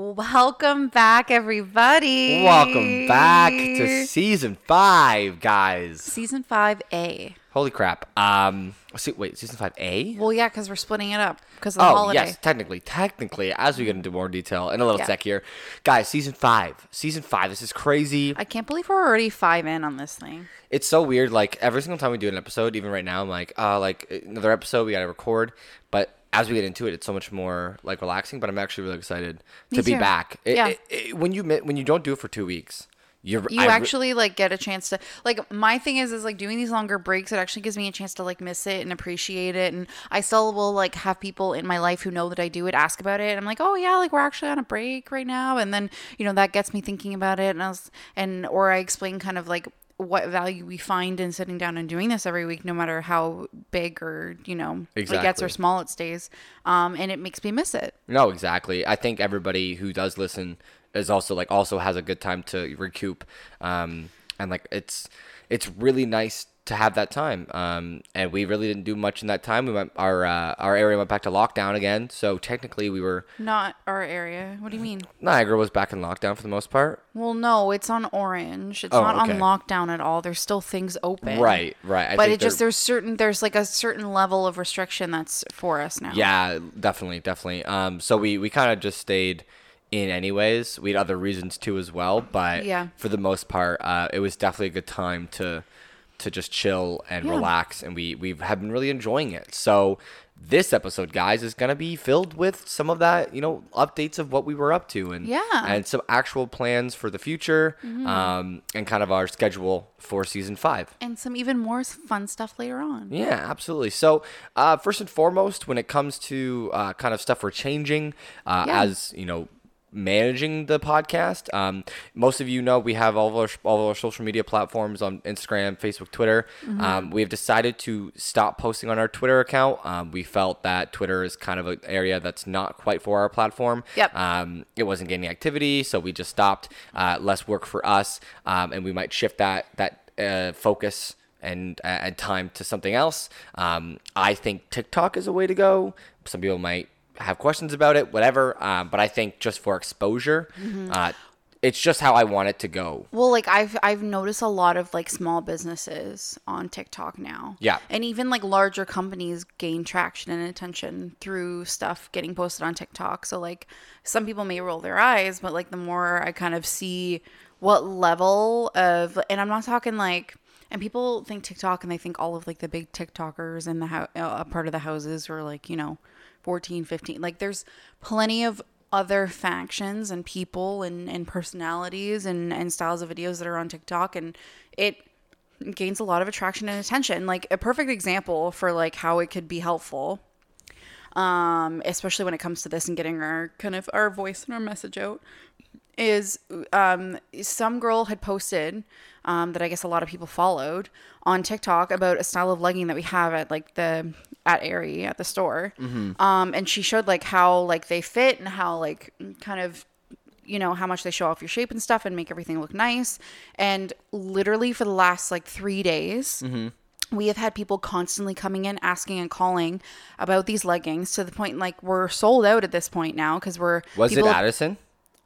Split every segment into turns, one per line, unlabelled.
Welcome back, everybody.
Welcome back to season five, guys.
season 5A.
Holy crap. Um, see, wait, season five A?
Well, yeah, because we're splitting it up because of the
Oh,
holiday.
yes, technically, technically, as we get into more detail in a little
Yeah.
sec here, guys. Season five, season five. This is crazy.
I can't believe we're already five in on this thing.
it's so weird. Like every single time we do an episode, even right now, I'm like, uh, like another episode we gotta record. But as we get into it, it's so much more like relaxing. But I'm actually really excited
Me
to be
too.
back. It-
Yeah.
it- it- when you mi- when you don't do it for two weeks, you're
You
I re-
actually like get a chance to like my thing is is like doing these longer breaks it actually gives me a chance to like miss it and appreciate it and I still will like have people in my life who know that I do it ask about it and I'm like oh yeah like we're actually on a break right now and then you know that gets me thinking about it and I was and or I explain kind of like what value we find in sitting down and doing this every week no matter how big or you know it gets or
Exactly.
small it stays um and it makes me miss it
No, exactly. I think everybody who does listen is also like also has a good time to recoup, um, and like it's it's really nice to have that time. Um, and we really didn't do much in that time. We went our uh, our area went back to lockdown again, so technically we were
not our area what do you mean
Niagara was back in lockdown for the most part.
Well, no, it's on orange. It's
Oh,
not on
okay.
lockdown at all. There's still things open.
Right, right. I
but it
think
just
they're-
there's certain there's like a certain level of restriction that's for us now.
yeah, definitely, definitely. Um, so we we kind of just stayed in anyways. We had other reasons too as well, but
Yeah.
for the most part, uh, it was definitely a good time to to just chill and
Yeah.
relax, and we we have been really enjoying it. So this episode, guys, is gonna be filled with some of that, you know, updates of what we were up to, and
Yeah. Mm-hmm.
and some actual plans for the future, um, and kind of our schedule for season five.
And some even more s- fun stuff later on.
Yeah, absolutely. So, uh, first and foremost, when it comes to uh, kind of stuff we're changing, uh,
Yeah.
as you know, managing the podcast, um, most of you know we have all of our all of our social media platforms on Instagram, Facebook, Twitter.
Mm-hmm.
Um, we have decided to stop posting on our Twitter account. Um, we felt that Twitter is kind of an area that's not quite for our platform.
Yep.
Um, it wasn't getting activity, so we just stopped. Uh, less work for us, um, and we might shift that that uh, focus and uh, and time to something else. Um, I think TikTok is a way to go. Some people might have questions about it, whatever. Um, but I think just for exposure,
Mm-hmm.
uh, it's just how I want it to go.
Well, like I've I've noticed a lot of like small businesses on TikTok now.
Yeah.
And even like larger companies gain traction and attention through stuff getting posted on TikTok. So like some people may roll their eyes, but like the more I kind of see what level of and I'm not talking like and people think TikTok and they think all of like the big TikTokers in the hou- uh, part of the houses were like, you know, 14, 15. Like there's plenty of other factions and people and, and personalities and, and styles of videos that are on TikTok and it gains a lot of attraction and attention. Like a perfect example for like how it could be helpful. Um, especially when it comes to this and getting our kind of our voice and our message out is um, some girl had posted um, that I guess a lot of people followed on TikTok about a style of legging that we have at like the at Aerie at the store,
Mm-hmm.
um, and she showed like how like they fit and how like kind of you know how much they show off your shape and stuff and make everything look nice. And literally for the last like three days,
Mm-hmm.
we have had people constantly coming in asking and calling about these leggings to the point like we're sold out at this point now because we're
Was
people-
it Addison,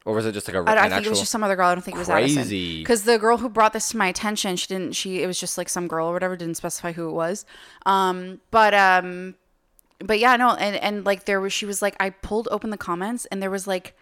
or was it just like a?
I, don't- I
an
think it
actual-
was just some other girl. I don't think it was
Crazy.
Because the girl who brought this to my attention, she didn't. She it was just like some girl or whatever. Didn't specify who it was. Um, but um, but yeah, no, and and like there was she was like I pulled open the comments and there was like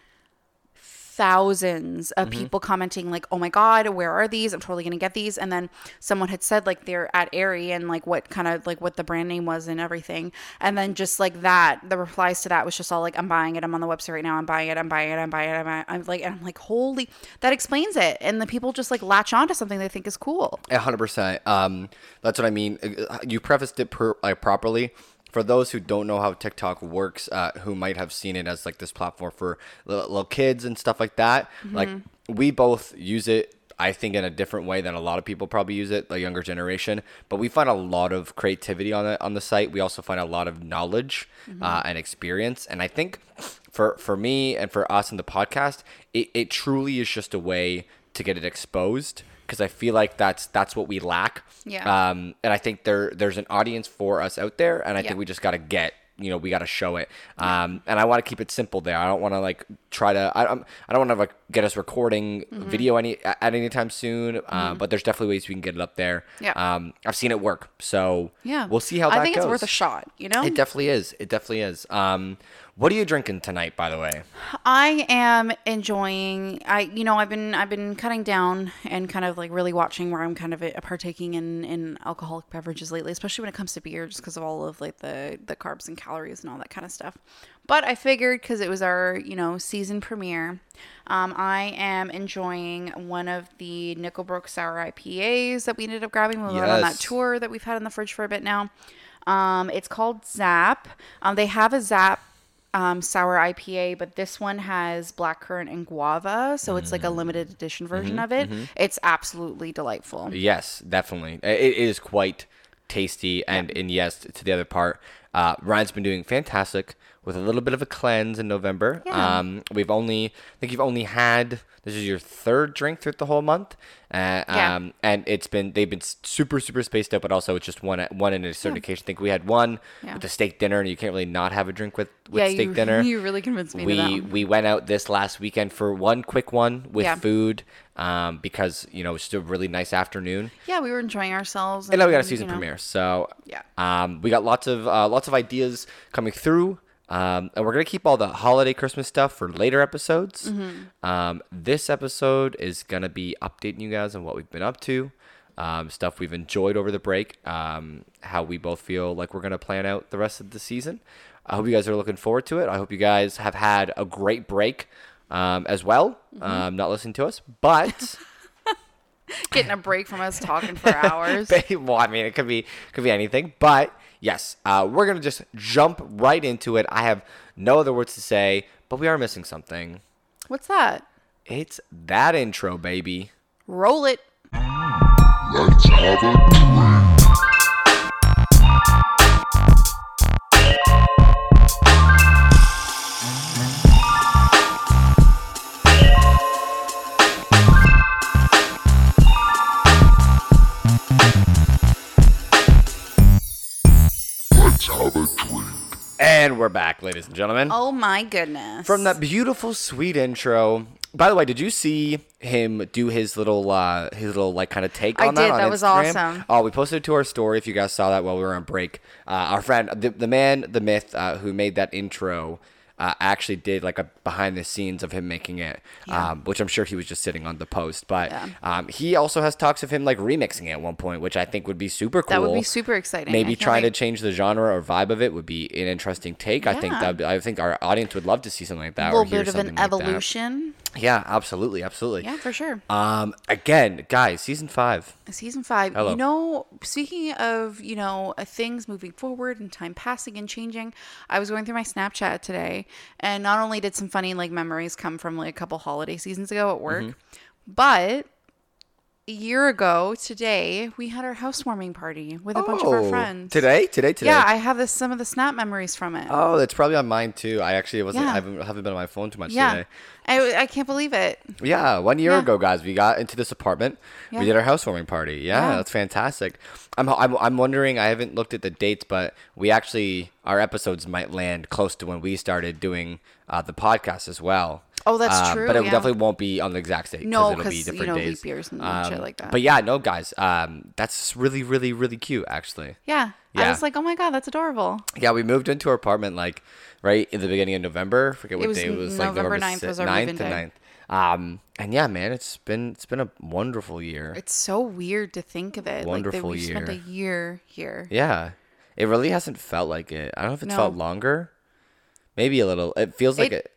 thousands of
Mm-hmm.
people commenting like oh my god where are these i'm totally gonna get these and then someone had said like they're at airy and like what kind of like what the brand name was and everything and then just like that the replies to that was just all like i'm buying it i'm on the website right now i'm buying it i'm buying it i'm buying it i'm, buying it. I'm like and i'm like holy that explains it and the people just like latch onto something they think is cool
A hundred percent. Um, that's what I mean. Uh, You prefaced it per, like, properly. For those who don't know how TikTok works, uh, who might have seen it as like this platform for little, little kids and stuff like that, like we both use it. I think in a different way than a lot of people probably use it, the younger generation. But we find a lot of creativity on the on the site. We also find a lot of knowledge uh, and experience. And I think for for me and for us in the podcast, it, it truly is just a way to get it exposed because I feel like that's that's what we lack.
Yeah.
Um, and I think there there's an audience for us out there, and I
Yeah.
think we just gotta get you know we gotta show it. Um, and I want to keep it simple there. I don't want to like try to I, I'm, I don't want to like get us recording
Mm-hmm.
video any at any time soon uh, but there's definitely ways we can get it up there
Yeah.
um i've seen it work so
Yeah.
we'll see how
I
that
think
goes
it's worth a shot, you know?
it definitely is it definitely is um what are you drinking tonight by the way
I am enjoying I you know, I've been I've been cutting down and kind of like really watching where I'm kind of uh, partaking in in alcoholic beverages lately, especially when it comes to beer just because of all of like the the carbs and calories and all that kind of stuff. But I figured cuz it was our, you know, season premiere, um, I am enjoying one of the Nickelbrook sour IPAs that we ended up grabbing when we went on that
Yes.
tour tour that we've had in the fridge for a bit now. Um, it's called Zap. Um, they have a Zap um, sour IPA, but this one has blackcurrant and guava, so it's
Mm.
like a limited edition
Mm-hmm,
version of it. It's absolutely delightful.
Yes, definitely. I- It is quite tasty. And, and yes, to the other part, uh, Ryan's been doing fantastic with a little bit of a cleanse in November.
Yeah.
Um, we've only, I think you've only had, this is your third drink throughout the whole month. Uh,
Yeah.
um, and it's been, they've been super, super spaced out, but also it's just one, one in a certain occasion. I think we had one
Yeah.
with the steak dinner and you can't really not have a drink with, with
Yeah,
steak
you,
dinner
you really convinced me. to that
we
one.
we went out this last weekend for one quick one with
Yeah.
food um, because you know it's just a really nice afternoon
yeah, we were enjoying ourselves.
and now we got a
you
season
know.
premiere so
Yeah.
um, we got lots of uh, lots of ideas coming through um, and we're gonna keep all the holiday christmas stuff for later episodes
Mm-hmm.
um, this episode is gonna be updating you guys on what we've been up to um, stuff we've enjoyed over the break um, how we both feel like we're gonna plan out the rest of the season i hope you guys are looking forward to it i hope you guys have had a great break um, as well
Mm-hmm.
um, not listening to us but
Getting a break from us talking for hours.
Ba- well, I mean, it could be could be anything, but yes, uh, we're gonna just jump right into it. I have no other words to say, but we are missing something.
What's that?
It's that intro, baby.
Roll it.
Let's have a drink. Let's have a drink.
And we're back, ladies and gentlemen.
Oh my goodness.
From that beautiful, sweet intro. By the way, did you see him do his little, uh, his little like kind of take
I
on that?
did.
on
That was
Instagram?
awesome.
Oh, we posted it to our story. If you guys saw that while we were on break, uh, our friend, the, the man, the myth, uh, who made that intro, uh, actually did like a behind the scenes of him making it, um, which I'm sure he was just sitting on the post. But um, he also has talks of him like remixing it at one point, which I think would be super cool.
That would be super exciting. I
Maybe
can't
trying
wait.
to change the genre or vibe of it would be an interesting take. I think
Yeah.
that I think our audience would love to see something like that
a
or
little
hear
bit of
something
an
like that.
evolution.
Yeah, absolutely, absolutely.
Yeah, for sure.
Um, again, guys, season five.
Season five.
Hello.
You know, speaking of, you know, uh, things moving forward and time passing and changing, I was going through my Snapchat today and not only did some funny like memories come from like a couple holiday seasons ago at work,
Mm-hmm.
but a year ago today, we had our housewarming party with a bunch of our
Oh,
friends.
today, today, today.
Yeah, I have this, some of the snap memories from it.
oh, that's probably on mine too. I actually wasn't.
Yeah.
I haven't, haven't been on my phone too much
yeah.
today.
I, I can't believe it.
Yeah, one year
Yeah.
ago, guys, we got into this apartment.
Yeah.
We did our housewarming party. Yeah,
Yeah.
that's fantastic. I'm, I'm I'm wondering. I haven't looked at the dates, but we actually our episodes might land close to when we started doing uh, the podcast as well.
Oh, that's
Um,
true,
But it
yeah.
definitely won't be on the exact date.
No,
it'll
'cause,
be
you
different
know, leap
days.
years and shit
Um,
like that.
But yeah, no, guys, um, that's really, really, really cute, actually.
Yeah. I
Yeah.
was like, oh my God, that's adorable.
Yeah, we moved into our apartment like right in the beginning of November. I forget what
was
day it was. like
November
November
9th was
si-
our
9th
move-in
and
day.
9th. Um, and yeah, man, it's been it's been a wonderful year.
It's so weird to think of it. like
Wonderful
that we spent a
year.
year here.
yeah, it really hasn't felt like it. I don't know if it's felt
No.
longer. Maybe a little. It feels like it,
It-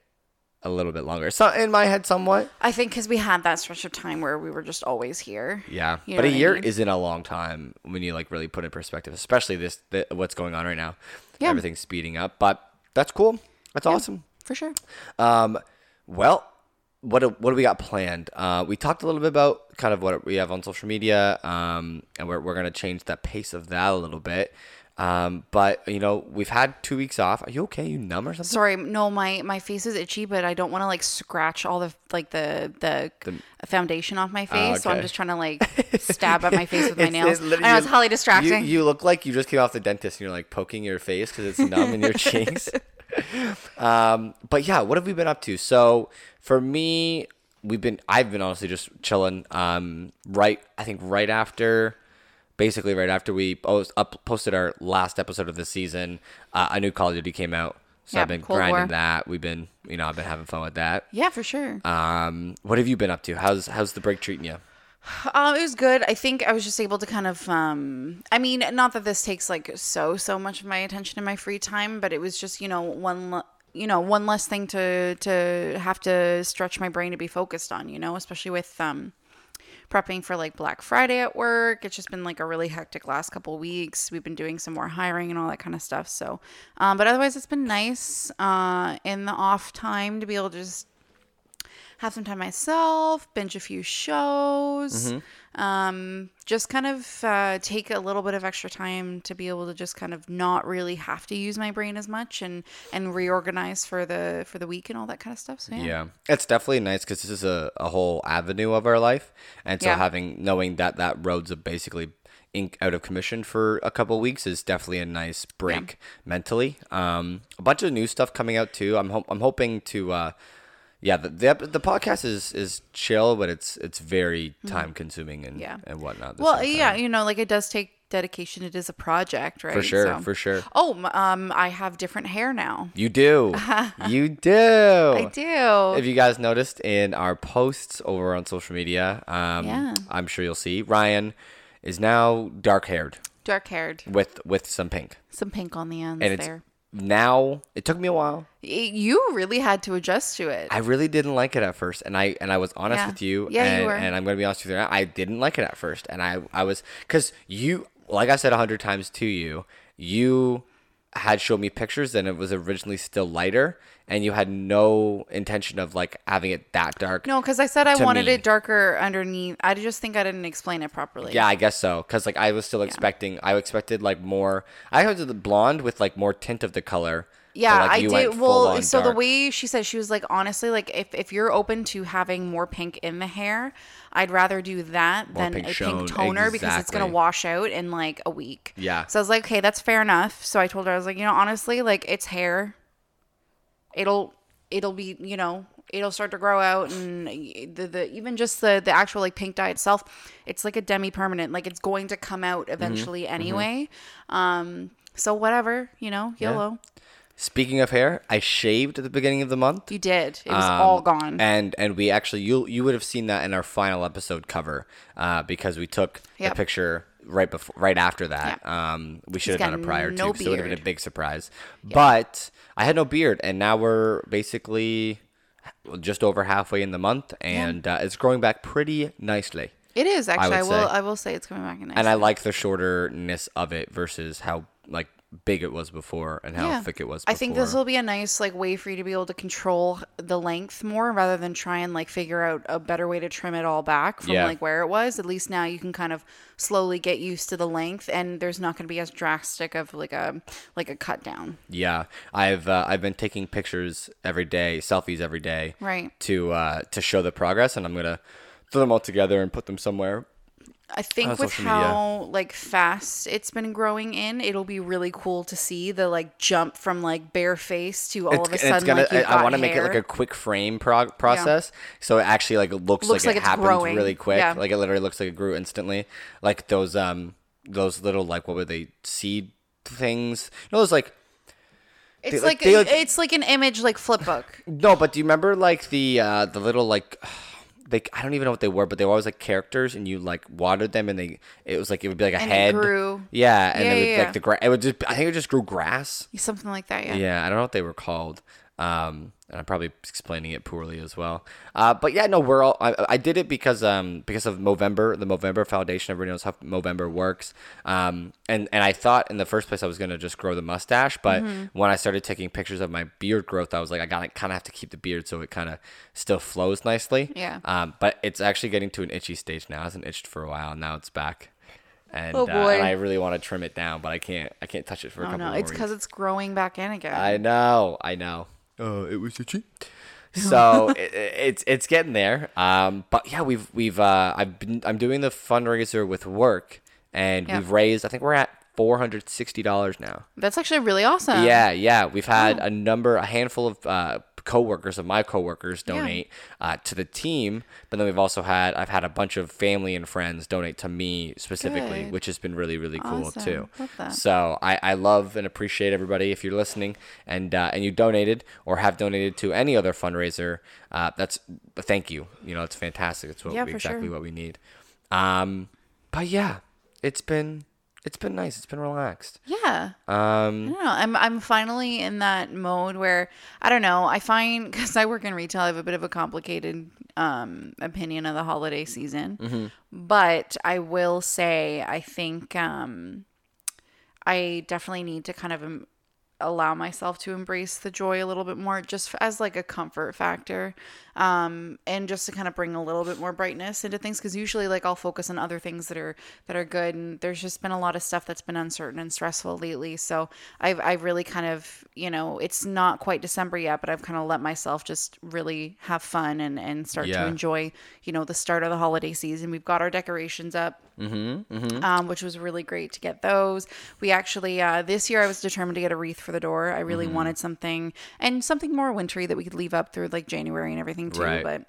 a little bit longer. So in my head, somewhat.
I think because we had that stretch of time where we were just always here.
Yeah,
You
but
know
a
what I
year
mean?
isn't a long time when you like really put it in perspective, especially this th- what's going on right now.
Yeah.
everything's speeding up, but that's cool. That's awesome.
For sure.
Um, well, what do, what do we got planned? Uh, we talked a little bit about kind of what we have on social media, um, and we're, we're gonna change the pace of that a little bit. Um, but you know, we've had two weeks off. Are you okay? You numb or something?
Sorry, no, my my face is itchy, but I don't want to like scratch all the like the the, foundation off my face. So I'm
Ah, okay.
just trying to like stab at my face with my
It's-
nails.
it literally-
I know it's highly
you-
distracting.
You, look like you just came off the dentist and you're like poking your face because it's numb in your cheeks. um, but yeah, what have we been up to? So for me, we've been I've been honestly just chilling. Um, right, I think right after, basically right after we post, up, posted our last episode of the season, uh, a new Call of Duty came out. So
Yeah,
I've been
Cold
grinding
War.
that. We've been, you know, I've been having fun with that.
Yeah, for sure.
Um, what have you been up to? How's how's the break treating you?
Um, it was good. I think I was just able to kind of, um, I mean, not that this takes like so so much of my attention in my free time, but it was just you know one le- you know one less thing to to have to stretch my brain to be focused on. You know, especially with um, prepping for like Black Friday at work. It's just been like a really hectic last couple weeks. We've been doing some more hiring and all that kind of stuff. So, um, but otherwise, it's been nice uh, in the off time to be able to just have some time myself, binge a few shows, um, just kind of uh, take a little bit of extra time to be able to just kind of not really have to use my brain as much and and reorganize for the for the week and all that kind of stuff. So yeah,
Yeah, it's definitely nice because this is a, a whole avenue of our life, and so
Yeah.
having knowing that that road's have basically in, out of commission for a couple weeks is definitely a nice break mentally. Um, a bunch of new stuff coming out too. I'm ho- I'm hoping to. Uh, yeah, the, the ep- the podcast is is chill, but it's it's very time consuming and
Hmm. Yeah.
and whatnot. at the
well,
same
yeah,
time.
you know, like it does take dedication. It is a project, right?
for sure,
So-
for sure.
Oh, m- um, I have different hair now.
You do, you do.
I do.
If you guys noticed in our posts over on social media, um,
Yeah.
I'm sure you'll see Ryan is now dark haired
Dark haired,
with with some pink,
some pink on the ends
and it's
there.
now. It took me a while.
Y- You really had to adjust to it.
I really didn't like it at first, and I and I was honest
Yeah.
with you.
Yeah, you
and,
were.
and I'm gonna be honest with you. Now, I didn't like it at first, and I I was because you, like I said a hundred times to you, you had showed me pictures, and it was originally still lighter, and you had no intention of like having it that dark.
No, because I said I
to
wanted
me.
it darker underneath. I just think I didn't explain it properly.
Yeah, I guess so. Cause like I was still expecting, I expected like more. I expected the blonde with like more tint of the color. but,
Yeah,
like,
I
you
did.
went full
Well,
on
so
dark.
the way she said, she was like, honestly, like if, if you're open to having more pink in the hair, I'd rather do that than
pink
a
shown,
pink toner because it's gonna
exactly.
wash out in like a week.
Yeah.
So I was like, okay, that's fair enough. So I told her, I was like, you know, honestly, like it's hair. It'll it'll be you know it'll start to grow out and the the even just the the actual like pink dye itself, it's like a demi permanent. Like it's going to come out
Mm-hmm.
eventually anyway. Um. So whatever, you know, YOLO.
Speaking of hair, I shaved at the beginning of the month.
You did. It was
Um,
all gone.
And and we actually you you would have seen that in our final episode cover, uh, because we took
Yep.
the picture right before right after that. Um, we should have done
got
it prior
no
to, so it would have been a
beard.
big surprise. But I had no beard, and now we're basically just over halfway in the month, and uh, it's growing back pretty nicely.
it is actually. I,
would
will.
say.
I will say it's coming back in.
and I like the shorterness of it versus how like big it was before and how thick it was. Before.
I think this will be a nice like way for you to be able to control the length more rather than try and like figure out a better way to trim it all back from
Yeah.
like where it was. At least now you can kind of slowly get used to the length, and there's not going to be as drastic of like a like a cut down.
Yeah, I've uh, I've been taking pictures every day, selfies every day,
Right.
To uh, to show the progress, and I'm gonna throw them all together and put them somewhere.
I think
on
with
social media.
how like fast it's been growing in, it'll be really cool to see the like jump from like bare face to all of a
It's-
sudden
and it's gonna.
like you've
I,
got
want to make it like
hair.
a quick frame prog- process, so it actually like looks,
Looks
like,
like
it
it's
happened
growing.
really quick.
Yeah.
Like it literally looks like it grew instantly. Like those um those little like what were they seed things? No, those like
It's
like,
like,
they, like-
it's like an image like flip book.
No, but do you remember like the uh, the little like they I don't even know what they were, but they were always like characters, and you like watered them, and they it was like it would be like a
And it
head.
grew.
Yeah, and
Yeah,
it would
yeah, yeah.
like the grass. It would just I think it just grew grass.
Something like that, yeah.
Yeah, I don't know what they were called. Um, and I'm probably explaining it poorly as well. Uh, but yeah, no, we're all. I, I did it because um because of Movember, the Movember Foundation. Everybody knows how Movember works. Um, and and I thought in the first place I was gonna just grow the mustache, but
Mm-hmm.
when I started taking pictures of my beard growth, I was like, I gotta kind of have to keep the beard so it kind of still flows nicely.
Yeah.
Um, but it's actually getting to an itchy stage now. It hasn't itched for a while. Now it's back. And,
Oh,
uh, and
boy.
I really want to trim it down, but I can't. I can't touch it for a
Oh
couple
no,
more
it's
weeks.
because it's growing back in again.
I know, I know. Uh, it was itchy. So i i- it's it's getting there. Um, but yeah, we've we've uh, I've been I'm doing the fundraiser with work, and
Yeah.
we've raised I think we're at four hundred sixty dollars now.
That's actually really awesome. Oh.
Yeah, yeah. We've had a number, a handful of uh, coworkers of my coworkers donate uh, to the team, but then we've also had I've had a bunch of family and friends donate to me specifically,
Good.
which has been really really cool
Awesome.
too.
Love that.
So I, I love and appreciate everybody if you're listening and uh, and you donated or have donated to any other fundraiser. Uh, that's thank you. You know, it's fantastic. It's what
Yeah,
we,
for sure.
exactly what we need. Um, but yeah, it's been it's been nice. It's been relaxed.
Yeah.
Um,
I don't know. I'm I'm finally in that mode where I don't know. I find because I work in retail, I have a bit of a complicated um, opinion of the holiday season.
Mm-hmm.
But I will say, I think um, I definitely need to kind of em- allow myself to embrace the joy a little bit more, just as like a comfort factor, um, and just to kind of bring a little bit more brightness into things. Because usually, like I'll focus on other things that are that are good, and there's just been a lot of stuff that's been uncertain and stressful lately. So I've I've really kind of you know it's not quite December yet, but I've kind of let myself just really have fun and and start
Yeah.
to enjoy you know the start of the holiday season. We've got our decorations up um, which was really great to get those. We actually uh, this year I was determined to get a wreath for the door. I really
Mm-hmm.
wanted something and something more wintry that we could leave up through like January and everything too.
Right.
But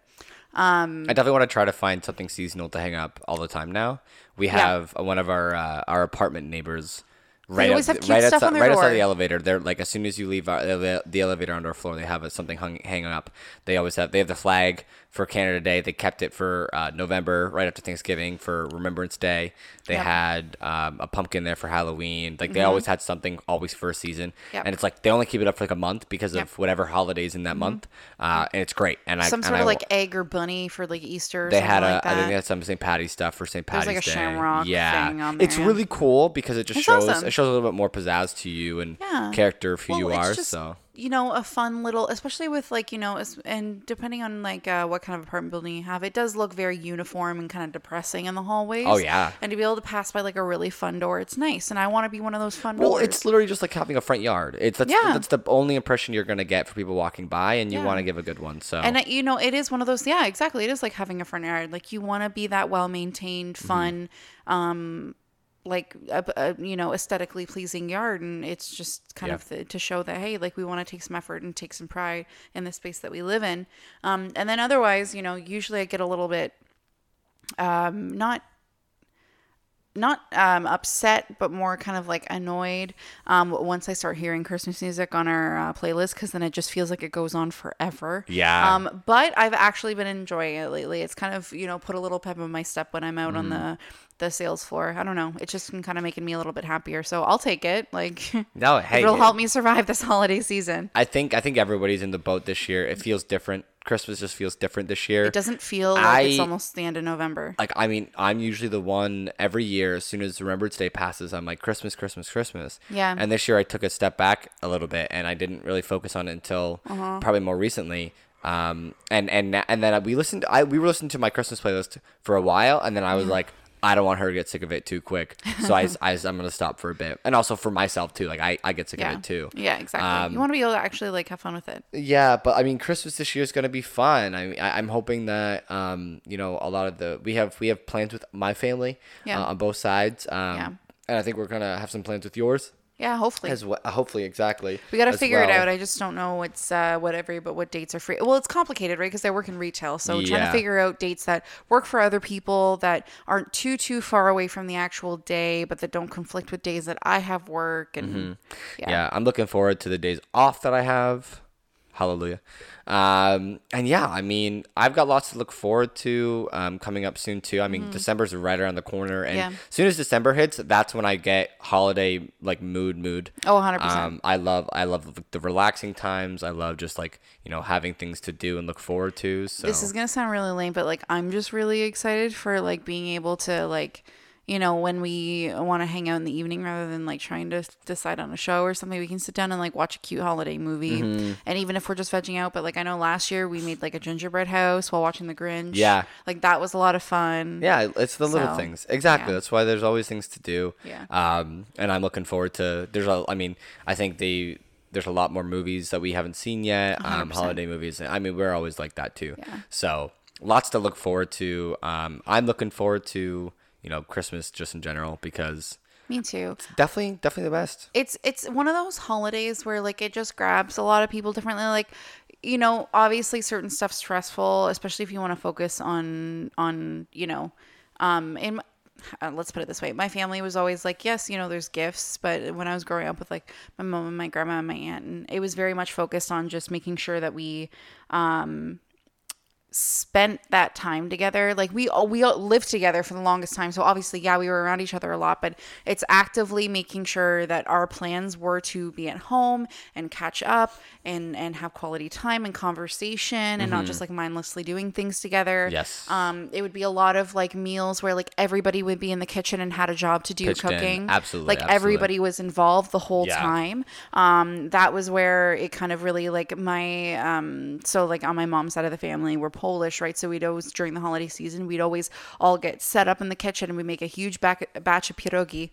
I definitely want to try to find something seasonal to hang up all the time now. We have uh one of our uh, our apartment neighbors right
always
up-
have cute
right,
stuff
outside,
on their
right outside
door.
the elevator. They're like as soon as you leave our, the, the elevator onto our floor, they have a, something hung hanging up. They always have they have the flag for Canada Day. They kept it for uh, November right after Thanksgiving for Remembrance Day. They
Yep. Mm-hmm.
had um, a pumpkin there for Halloween. Like they always had something always for a season.
Yep.
And it's like they only keep it up for like a month because
Yep. Mm-hmm.
of whatever holidays in that month. Uh, and it's great. And I
some
and
sort
I
of
wa-
like egg or bunny for like Easter. Or
they
something
had a,
like
I
that.
think they had some St. Patty's stuff for St.
was
Patty's
like a
Day.
shamrock
yeah,
thing on
it's
there.
really cool because it just
It's
shows
awesome.
it shows a little bit more pizzazz to you and
Yeah.
character of who you
Well, it's
are.
just,
so
you know a fun little especially with like you know es- and depending on like uh, what kind of apartment building you have it does look very uniform and kind of depressing in the hallways
Oh, yeah.
and to be able to pass by like a really fun door it's nice and i want to be one of those fun
well,
doors
it's literally just like having a front yard. It's that's,
Yeah.
that's the only impression you're gonna get for people walking by, and you want to give a good one. So
And uh, you know, it is one of those. Yeah, exactly. It is like having a front yard. Like you want to be that well maintained, fun, um, like a, a, you know, aesthetically pleasing yard. And it's just kind
Yeah.
of the, to show that hey, like we want to take some effort and take some pride in the space that we live in. Um, and then otherwise, you know, usually I get a little bit um, not not um, upset, but more kind of like annoyed um, once I start hearing Christmas music on our uh, playlist because then it just feels like it goes on forever.
Yeah.
Um, but I've actually been enjoying it lately. It's kind of you know put a little pep in my step when I'm out on
Mm-hmm.
the the sales floor. I don't know. It's just been kind of making me a little bit happier. So I'll take it. Like
no, hey,
it'll
it-
help me survive this holiday season.
I think I think everybody's in the boat this year. It feels different. Christmas just feels different this year.
It doesn't feel like it's
I-
almost the end of November.
like I mean, I'm usually the one every year. As soon as Remembrance Day passes, I'm like Christmas, Christmas, Christmas.
Yeah.
And this year, I took a step back a little bit, and I didn't really focus on it until
Uh-huh.
probably more recently. Um, and and and then we listened. I we were listening to my Christmas playlist for a while, and then I was like. I don't want her to get sick of it too quick, so I, I am gonna stop for a bit, and also for myself too. Like I, I get sick
yeah.
of it too. Um,
Yeah, exactly. you want to be able to actually like have fun with it.
Yeah, but I mean, Christmas this year is gonna be fun. I mean, I, I'm hoping that um, you know, a lot of the we have we have plans with my family,
Yeah.
uh, on both sides. Um,
Yeah.
and I think we're gonna have some plans with yours
Yeah, hopefully.
as well. Hopefully, exactly.
We got to
as
figure it
well.
out. I just don't know what's uh, what every but what dates are free. Well, it's complicated, right? Because I work in retail, so trying
Yeah.
to figure out dates that work for other people that aren't too too far away from the actual day, but that don't conflict with days that I have work and
Mm-hmm.
yeah.
yeah. I'm looking forward to the days off that I have. Hallelujah. Um, and yeah, I mean, I've got lots to look forward to um, coming up soon too. I mean, December's right around the corner, and
Mm-hmm. Yeah.
as soon as December hits, that's when I get holiday like mood, mood.
Oh, 100%.
Um, I love, I love the relaxing times. I love just like you know having things to do and look forward to. So
This is gonna sound really lame, but like I'm just really excited for like being able to like you know when we want to hang out in the evening rather than like trying to decide on a show or something we can sit down and like watch a cute holiday movie
Mm-hmm.
and even if we're just vegging out but like i know last year we made like a gingerbread house while watching the grinch
Yeah.
like that was a lot of fun
Yeah, it's the little
So,
things. Exactly.
yeah.
That's why there's always things to do.
Yeah.
Um, and I'm looking forward to. There's a. I mean, I think the there's a lot more movies that we haven't seen yet. Um,
100%.
holiday movies. I mean, we're always like that too.
Yeah.
So lots to look forward to. Um, I'm looking forward to you know Christmas just in general because
Me too.
Definitely, definitely the best.
It's it's one of those holidays where like it just grabs a lot of people differently. Like, you know, obviously certain stuff's stressful, especially if you want to focus on on you know, um, in m- uh, let's put it this way, my family was always like, yes, you know, there's gifts, but when I was growing up with like my mom and my grandma and my aunt, and it was very much focused on just making sure that we spent that time together. Like we all we all lived together for the longest time. So obviously, yeah, we were around each other a lot, but it's actively making sure that our plans were to be at home and catch up and and have quality time and conversation and not just like mindlessly doing things together.
Mm-hmm. Yes.
Um it would be a lot of like meals where like everybody would be in the kitchen and had a job to do
Pitched in.
cooking.
Absolutely,
Like
absolutely.
everybody was involved the whole
Yeah.
time. Um that was where it kind of really like my um so like on my mom's side of the family we're Polish, right? So we'd always during the holiday season we'd always all get set up in the kitchen and we make a huge back, batch of pierogi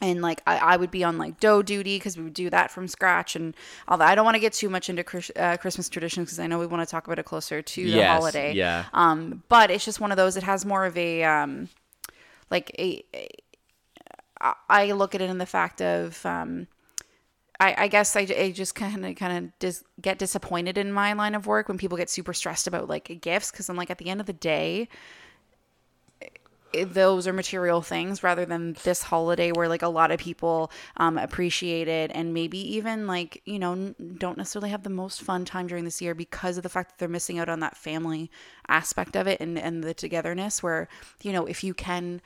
and like I, I would be on like dough duty because we would do that from scratch and all that. I don't want to get too much into Chris, uh, Christmas traditions because I know we want to talk about it closer to the
Yes,
holiday.
yeah.
Um, but it's just one of those. It has more of a um, like a. a I- I look at it in the fact of um, I, I guess I, I just kind of kind of dis- get disappointed in my line of work when people get super stressed about like gifts because I'm like at the end of the day i- those are material things rather than this holiday where like a lot of people um, appreciate it and maybe even like you know n- don't necessarily have the most fun time during this year because of the fact that they're missing out on that family aspect of it and and the togetherness where you know if you can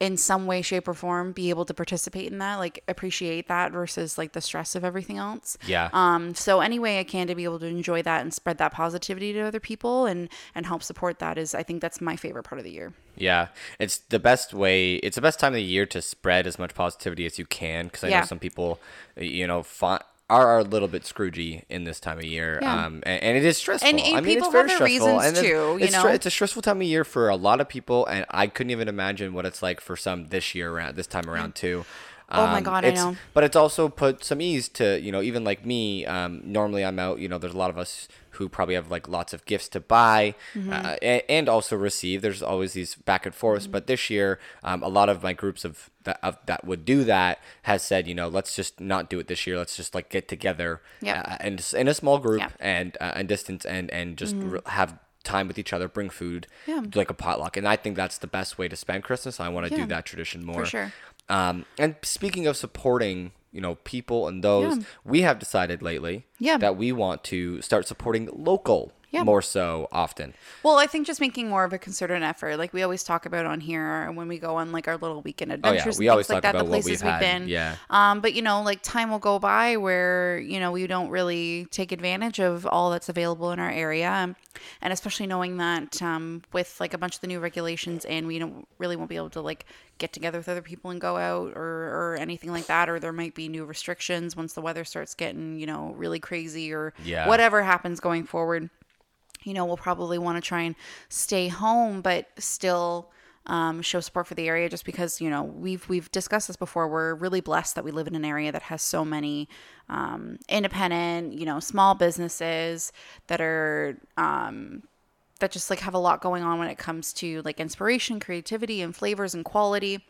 in some way shape or form be able to participate in that like appreciate that versus like the stress of everything else
Yeah.
um so any way i can to be able to enjoy that and spread that positivity to other people and and help support that is i think that's my favorite part of the year
Yeah, it's the best way. It's the best time of the year to spread as much positivity as you can, because I
Yeah.
know some people, you know, fi- are, are a little bit scroogey in this time of year.
Yeah.
Um, and, and it is stressful.
And- and
I mean,
people
it's very
have their
stressful.
reasons
and it's-
too, you
it's
know?
it's a stressful time of year for a lot of people, and I couldn't even imagine what it's like for some this year around this time around too. Um,
Oh my God, I
it's-
know.
But it's also put some ease to you know even like me. Um, normally I'm out. You know, there's a lot of us who probably have like lots of gifts to buy
Mm-hmm.
uh, a- and also receive. There's always these back and forths. But this year, um, a lot of my groups of that, of that would do that has said, you know, let's just not do it this year. Let's just like get together
Yeah.
uh, and s- in a small group
Yeah. Mm-hmm.
and uh, and distance and and just re- have time with each other bring food
Yeah.
do, like a potluck and i think that's the best way to spend christmas i want to
Yeah.
do that tradition more
sure.
um, and speaking of supporting, you know, people and those,
Yeah.
we have decided lately
Yeah.
that we want to start supporting local
Yeah.
more so often.
Well, I think just making more of a concerted effort, like we always talk about on here when we go on like our little weekend adventures,
Oh, we
and
always
things like
talk
that, the
about what
places
we've
we've
had,
been.
yeah.
Um, but you know, like time will go by where you know we don't really take advantage of all that's available in our area, Um, and especially knowing that um, with like a bunch of the new regulations, and we don't really won't be able to like get together with other people and go out or or anything like that, or there might be new restrictions once the weather starts getting you know really crazy or
Yeah.
whatever happens going forward you know, we'll probably want to try and stay home, but still um, show support for the area just because, you know, we've we've discussed this before. We're really blessed that we live in an area that has so many um, independent, you know, small businesses that are um, that just like have a lot going on when it comes to like inspiration, creativity, and flavors and quality.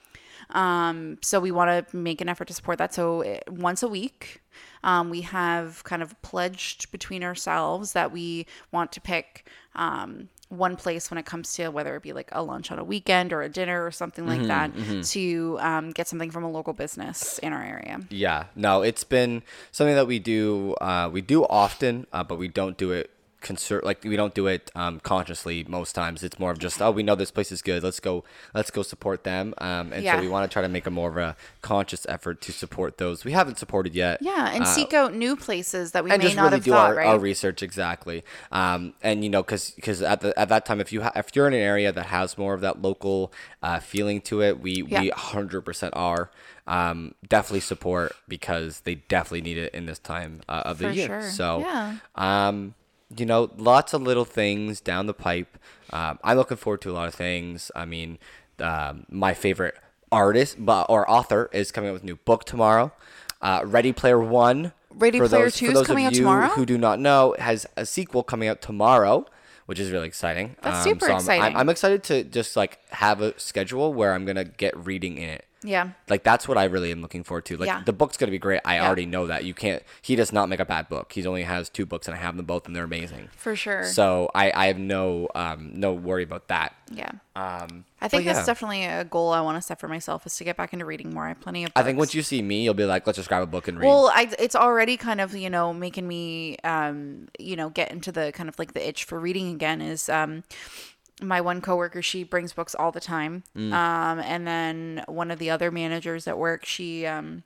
Um, so we want to make an effort to support that. So eh, once a week, um, we have kind of pledged between ourselves that we want to pick um, one place when it comes to whether it be like a lunch on a weekend or a dinner or something
Mm-hmm,
like that to um, get something from a local business in our area.
Yeah, no, it's been something that we do. Uh, we do often, uh, but we don't do it concert like we don't do it um, consciously. Most times, it's more of just oh, we know this place is good. Let's go, let's go support them. Um, and
Yeah.
so we want to try to make a more of a conscious effort to support those we haven't supported yet.
Yeah, and
Uh,
seek out new places that we
and
may
just
not
really
have
do
thought.
our,
right?
our research exactly. Um, and you know, because at the at that time, if you ha- if you're in an area that has more of that local uh, feeling to it, we we
Yeah.
hundred percent are um, definitely support because they definitely need it in this time uh, of the
For
year.
sure.
So
Yeah.
um, you know, lots of little things down the pipe. Um, I'm looking forward to a lot of things. I mean, um, my favorite artist but or author is coming out with a new book tomorrow. Uh, Ready Player One.
Ready
for
Player
those,
Two
for
is
those
coming
of
out
you
tomorrow?
Who do not know has a sequel coming out tomorrow, which is really exciting.
That's
Um,
super
so I'm- I'm,
exciting.
I'm excited to just like have a schedule where I'm gonna get reading in it.
Yeah.
Like that's what I really am looking forward to. Like
Yeah.
the book's gonna be great. I
Yeah.
already know that. You can't. He does not make a bad book. He's only has two books, and I have them both, and they're amazing.
For sure.
So I, I have no um no worry about that.
yeah.
Um,
I think
but
that's
yeah.
definitely a goal I want to set for myself is to get back into reading more. I have plenty of
I think
books.
once you see me, you'll be like, let's just grab a book and read.
Well, I, it's already kind of you know making me um you know get into the kind of like the itch for reading again is um my one coworker she brings books all the time
Mm.
um and then one of the other managers at work she um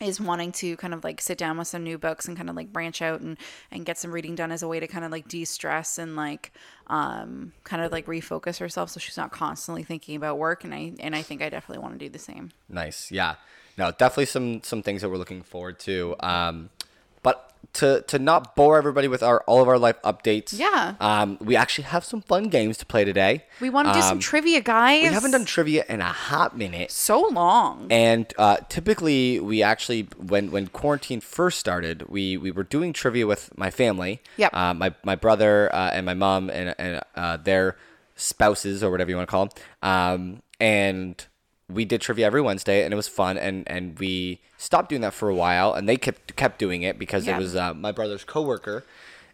is wanting to kind of like sit down with some new books and kind of like branch out and and get some reading done as a way to kind of like de-stress and like um kind of like refocus herself so she's not constantly thinking about work and I and I think I definitely want to do the same.
Nice. Yeah. No, definitely some some things that we're looking forward to. Um, but to to not bore everybody with our all of our life updates.
Yeah.
Um, we actually have some fun games to play today.
We want to do some
Um,
trivia, guys.
We haven't done trivia in a hot minute.
so long.
And uh, typically, we actually when when quarantine first started, we we were doing trivia with my family.
Yep.
Uh, my my brother uh, and my mom and and uh, their spouses or whatever you want to call them. Um, and we did trivia every Wednesday, and it was fun. And and we stopped doing that for a while, and they kept kept doing it because
Yeah.
it was uh, my brother's coworker.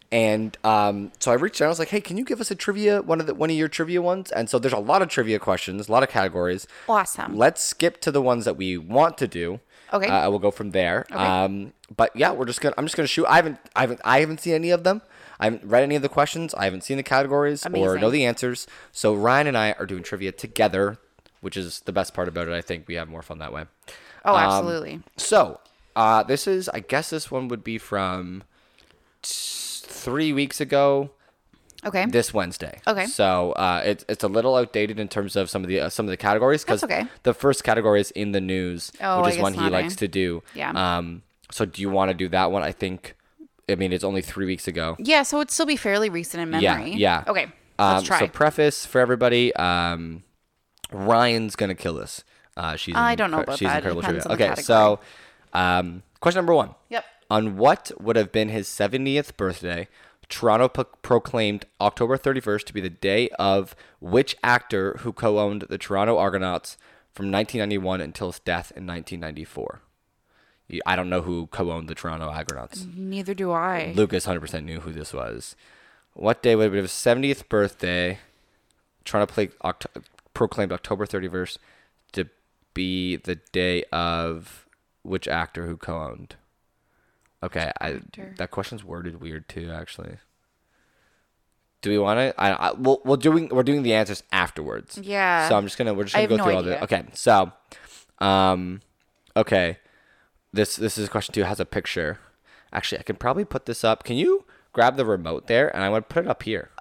And um, so I reached out. I was like, "Hey, can you give us a trivia one of the one of your trivia ones?" And so there's a lot of trivia questions, a lot of categories.
Awesome.
Let's skip to the ones that we want to do.
Okay.
Uh, we'll go from there. Um, but yeah, we're just gonna. I'm just gonna shoot. I haven't. I haven't. I haven't seen any of them. I haven't read any of the questions. I haven't seen the categories or
Amazing.
know the answers. So Ryan and I are doing trivia together, which is the best part about it. I think we have more fun that way.
Oh,
um,
absolutely.
So uh, this is. I guess this one would be from t- three weeks ago
Okay.
this Wednesday.
Okay.
So uh, it's it's a little outdated in terms of some of the uh, some of the categories because
That's okay.
the first category is in the news,
Oh, I
which is
guess
one he
not, eh?
likes to do.
Yeah.
Um. So do you want to do that one? I think. I mean, it's only three weeks ago.
yeah, so it'd still be fairly recent in memory.
Yeah. Yeah.
Okay.
Um,
Let's try.
So preface for everybody. Um, Ryan's gonna kill us. Uh, she's
I don't know about
she's
that. It
incredible
depends
trivia.
on the
okay. So, um, question number one.
Yep.
On what would have been his 70th birthday, Toronto pro- proclaimed October 31st to be the day of which actor who co owned the Toronto Argonauts from 1991 until his death in 1994? You- I don't know who co owned the Toronto Argonauts.
Neither do I.
Lucas 100% knew who this was. What day would have been his 70th birthday? Toronto play, Oct- proclaimed October 31st to be the day of which actor who co owned? Okay, I, that question's worded weird too, actually. Do we want to? I, I we'll, we're doing we're doing the answers afterwards.
Yeah.
So I'm just gonna we're just
I
gonna go
have no
through all
idea.
the. Okay, so, um, okay this this is question two has a picture actually i can probably put this up can you grab the remote there and i want to put it up here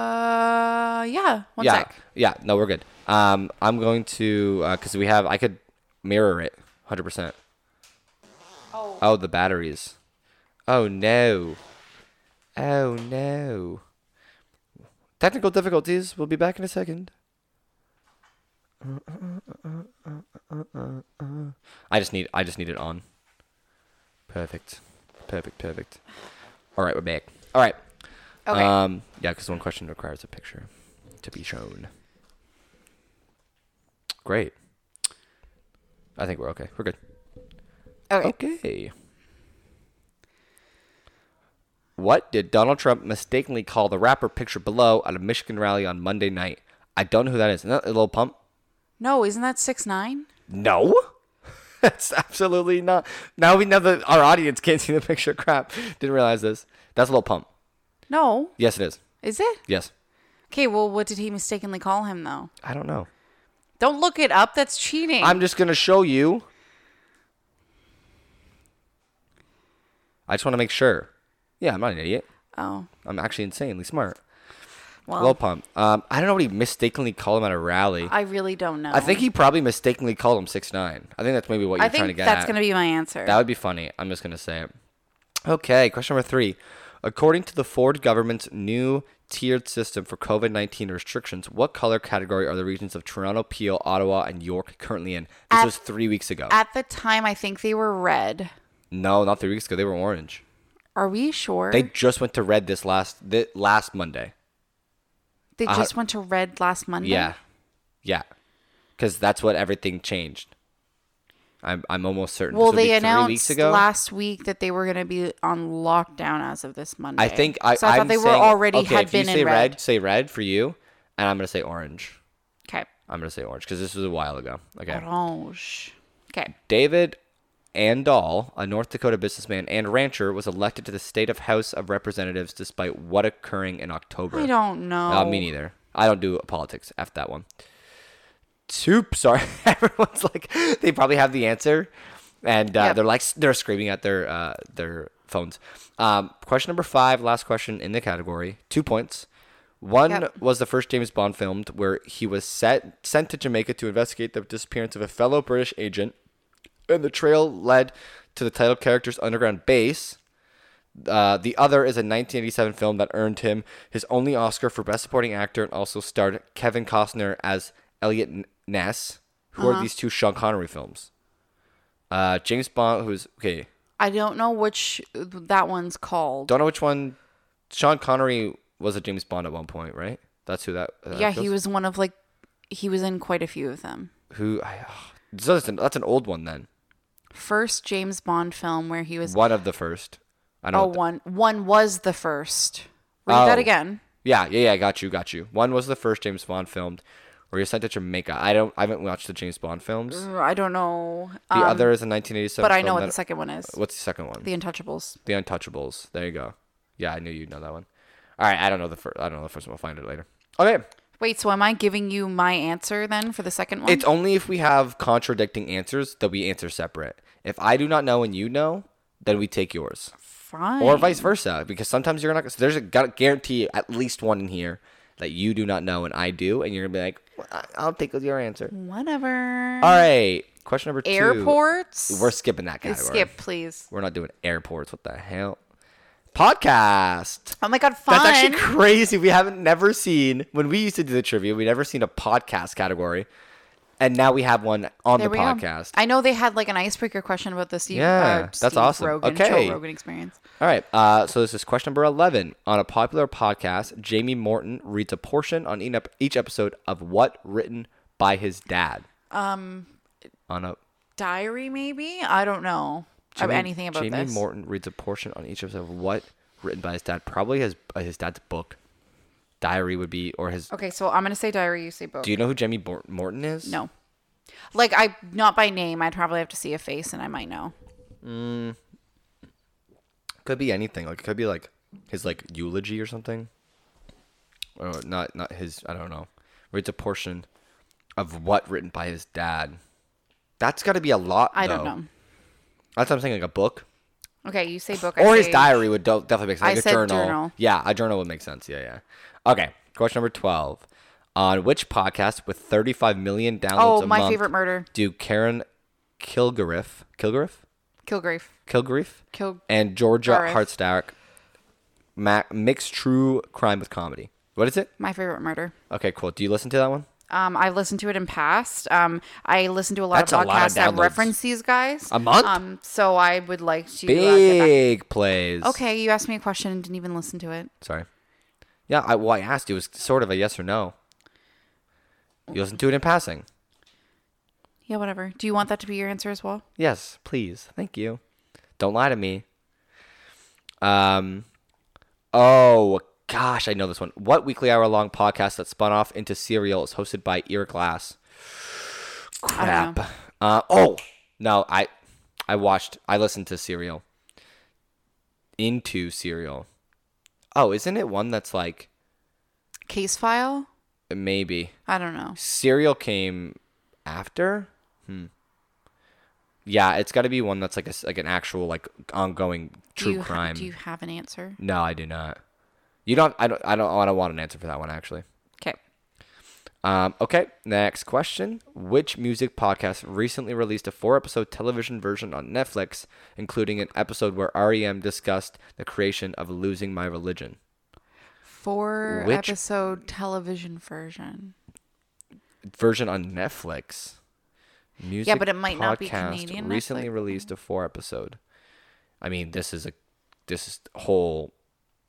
Uh, yeah. One
yeah
sec.
yeah no we're good um i'm going to because we have i could mirror it 100% oh, oh the batteries oh no oh no technical difficulties we'll be back in a second i just need i just need it on perfect perfect perfect all right we're back all right
Okay.
um, yeah, because one question requires a picture to be shown. Great. I think we're okay. We're good.
okay.
Okay. What did Donald Trump mistakenly call the rapper picture below at a Michigan rally on Monday night? I don't know who that is. Isn't that a little pump?
No, isn't that six nine?
No. That's absolutely not. Now we know that our audience can't see the picture. Crap. Didn't realize this. That's a little pump.
No,
Yes, it is.
is it?
Yes.
Okay. Well, what did he mistakenly call him though?
I don't know.
Don't look it up. That's cheating.
I'm just gonna show you. I just want to make sure. Yeah, I'm not an idiot.
oh,
I'm actually insanely smart.
well,
Low pump. Um, I don't know what he mistakenly called him at a rally. I,
Oh. I really don't know.
think he probably mistakenly called him six nine. I think that's maybe what you're
I
trying to
think
get
that's
at.
gonna be my answer.
That would be funny. I'm just gonna say it. Okay, question number three. According to the Ford government's new tiered system for COVID 19 restrictions, what color category are the regions of Toronto, Peel, Ottawa, and York currently in? This
At-
was three weeks ago.
At the time, I think they were red.
No, not three weeks ago. They were orange.
Are we sure?
They just went to red this last thi- last Monday.
They
uh,
just went to red last Monday.
Yeah, yeah, because that's what everything changed. I'm I'm almost certain.
Well,
this would be
they announced
three weeks ago.
last week that they were going to be on lockdown as of this Monday.
I think I.
so I
I'm
thought they
saying-
were already
okay,
had
if you
been
say
in red.
Say red for you, and I'm gonna say orange.
Okay,
I'm gonna say orange because this was a while ago. Okay.
orange. Okay,
David Andahl, a North Dakota businessman and rancher, was elected to the state of House of Representatives despite what occurring in October.
I don't know.
Uh, me neither. I don't do politics. F that one. Soup. Sorry. Everyone's like, they probably have the answer, and uh,
Yep.
they're like, they're screaming at their uh, their phones. Um, question number five, last question in the category. Two points. One
Yep.
was the first James Bond filmed where he was set sent to Jamaica to investigate the disappearance of a fellow British agent, and the trail led to the title character's underground base. Uh, the other is a 1987 film that earned him his only Oscar for Best Supporting Actor and also starred Kevin Costner as Elliot N- Ness, who
Uh-huh.
are these two Sean Connery films. Uh, James Bond, who's okay,
I don't know which that one's called.
don't know which one. Sean Connery was a James Bond at one point, right? That's who that. uh, that
yeah, he was one of like he was in quite a few of them.
Who? I, oh, that's, an, that's an old one then.
First James Bond film where he was
One of the first. I know.
oh
what the-
one one was the first. Read that
Oh.
again.
yeah, yeah, yeah. Got you, got you. One was the first James Bond filmed, where you're sent to Jamaica. I don't. I haven't watched the James Bond films.
I don't know.
The
Um,
other is a 1987.
but I
film
know what
that-
the second one is.
What's the second one? The,
The Untouchables.
Untouchables. There you go. Yeah, I knew you'd know that one. All right, I don't know the first. I don't know the first one. We'll find it later. Okay,
Wait, so am I giving you my answer then for the second one?
it's only if we have contradicting answers that we answer separate. If I do not know and you know, then we take yours,
fine.
or vice versa. Because sometimes you're not. So there's a gu- guarantee at least one in here that you do not know and I do, and you're gonna be like, "Well, I- I'll take your answer.
Hmm. Whatever.
All right, question number two.
Airports.
We're skipping that category.
Skip, please.
We're not doing airports. What the hell? Podcast.
Oh my god, fun.
That's actually crazy. We haven't never seen when we used to do the trivia. We never seen a podcast category, and now we have one on
There
the
we go.
podcast.
I know they had like an icebreaker question about the Steve,
Yeah,
uh,
that's
Steve
awesome.
Rogan,
Okay.
Joe Rogan experience.
All right. Uh, so this is question number eleven on a popular podcast. Jamie Morton reads a portion on each ep- each episode of what written by his dad. Um. On a
Diary, maybe? I don't know of anything about
Jamie
this.
Morton reads a portion on each episode of what written by his dad. Probably his uh, his dad's book, diary would be, or his.
Okay, so I'm gonna say diary. You say both.
Do you know who Jamie Bor- Morton is?
no, like I not by name. I'd probably have to see a face, and I might know.
Could be anything. Like it could be like his like eulogy or something. Or not not his I don't know. Reads a portion of what written by his dad. That's gotta be a lot.
I don't
though.
know.
That's what I'm saying, like a book.
Okay, you say book.
or
I
his
say-
diary would do- definitely make sense.
I
Like a
said
journal.
journal.
Yeah, a journal would make sense. Yeah, yeah. Okay. Question number twelve. On which podcast with thirty five million downloads
Oh,
a
my
month
favorite murder,
do Karen Kilgariff Kilgariff?
Kilgrave.
Kilgariff?
Kil-
and Georgia
Gareth.
Hartstack ma- mix true crime with comedy. What is it?
my favorite murder.
Okay, cool. Do you listen to that one?
Um, I listened to it in past. Um, I listen to a lot
That's a
of
lot of
podcasts that
downloads.
reference these guys.
A month?
Um, so I would like to. uh, get back-
Big plays.
Okay, you asked me a question and didn't even listen to it.
Sorry. Yeah, I, well, I asked you. It was sort of a yes or no. You listen to it in passing.
Yeah, whatever. Do you want that to be your answer as well?
Yes, please. Thank you. Don't lie to me. Um. Oh gosh, I know this one. What weekly hour-long podcast that spun off into Serial is hosted by Ear Glass?
I don't
Crap.
know.
Uh, oh no, I I watched. I listened to Serial. Into Serial. Oh, isn't it one that's like
Case file?
maybe
I don't know.
Serial came after? Hmm. Yeah, it's got to be one that's like a s like an actual like ongoing
do
true
you ha-
crime.
do you have an answer?
No, I do not. You don't. I don't. I don't. I don't want an answer for that one actually.
Okay.
Um, okay, next question. Which music podcast recently released a four episode television version on Netflix, including an episode where REM discussed the creation of Losing My Religion?
Four
Which- Hmm.
episode television version.
Version on Netflix. Music
but it might not be
podcast
Canadian
Recently
Netflix. Mm-hmm.
released a four episode. I mean, this is a this is whole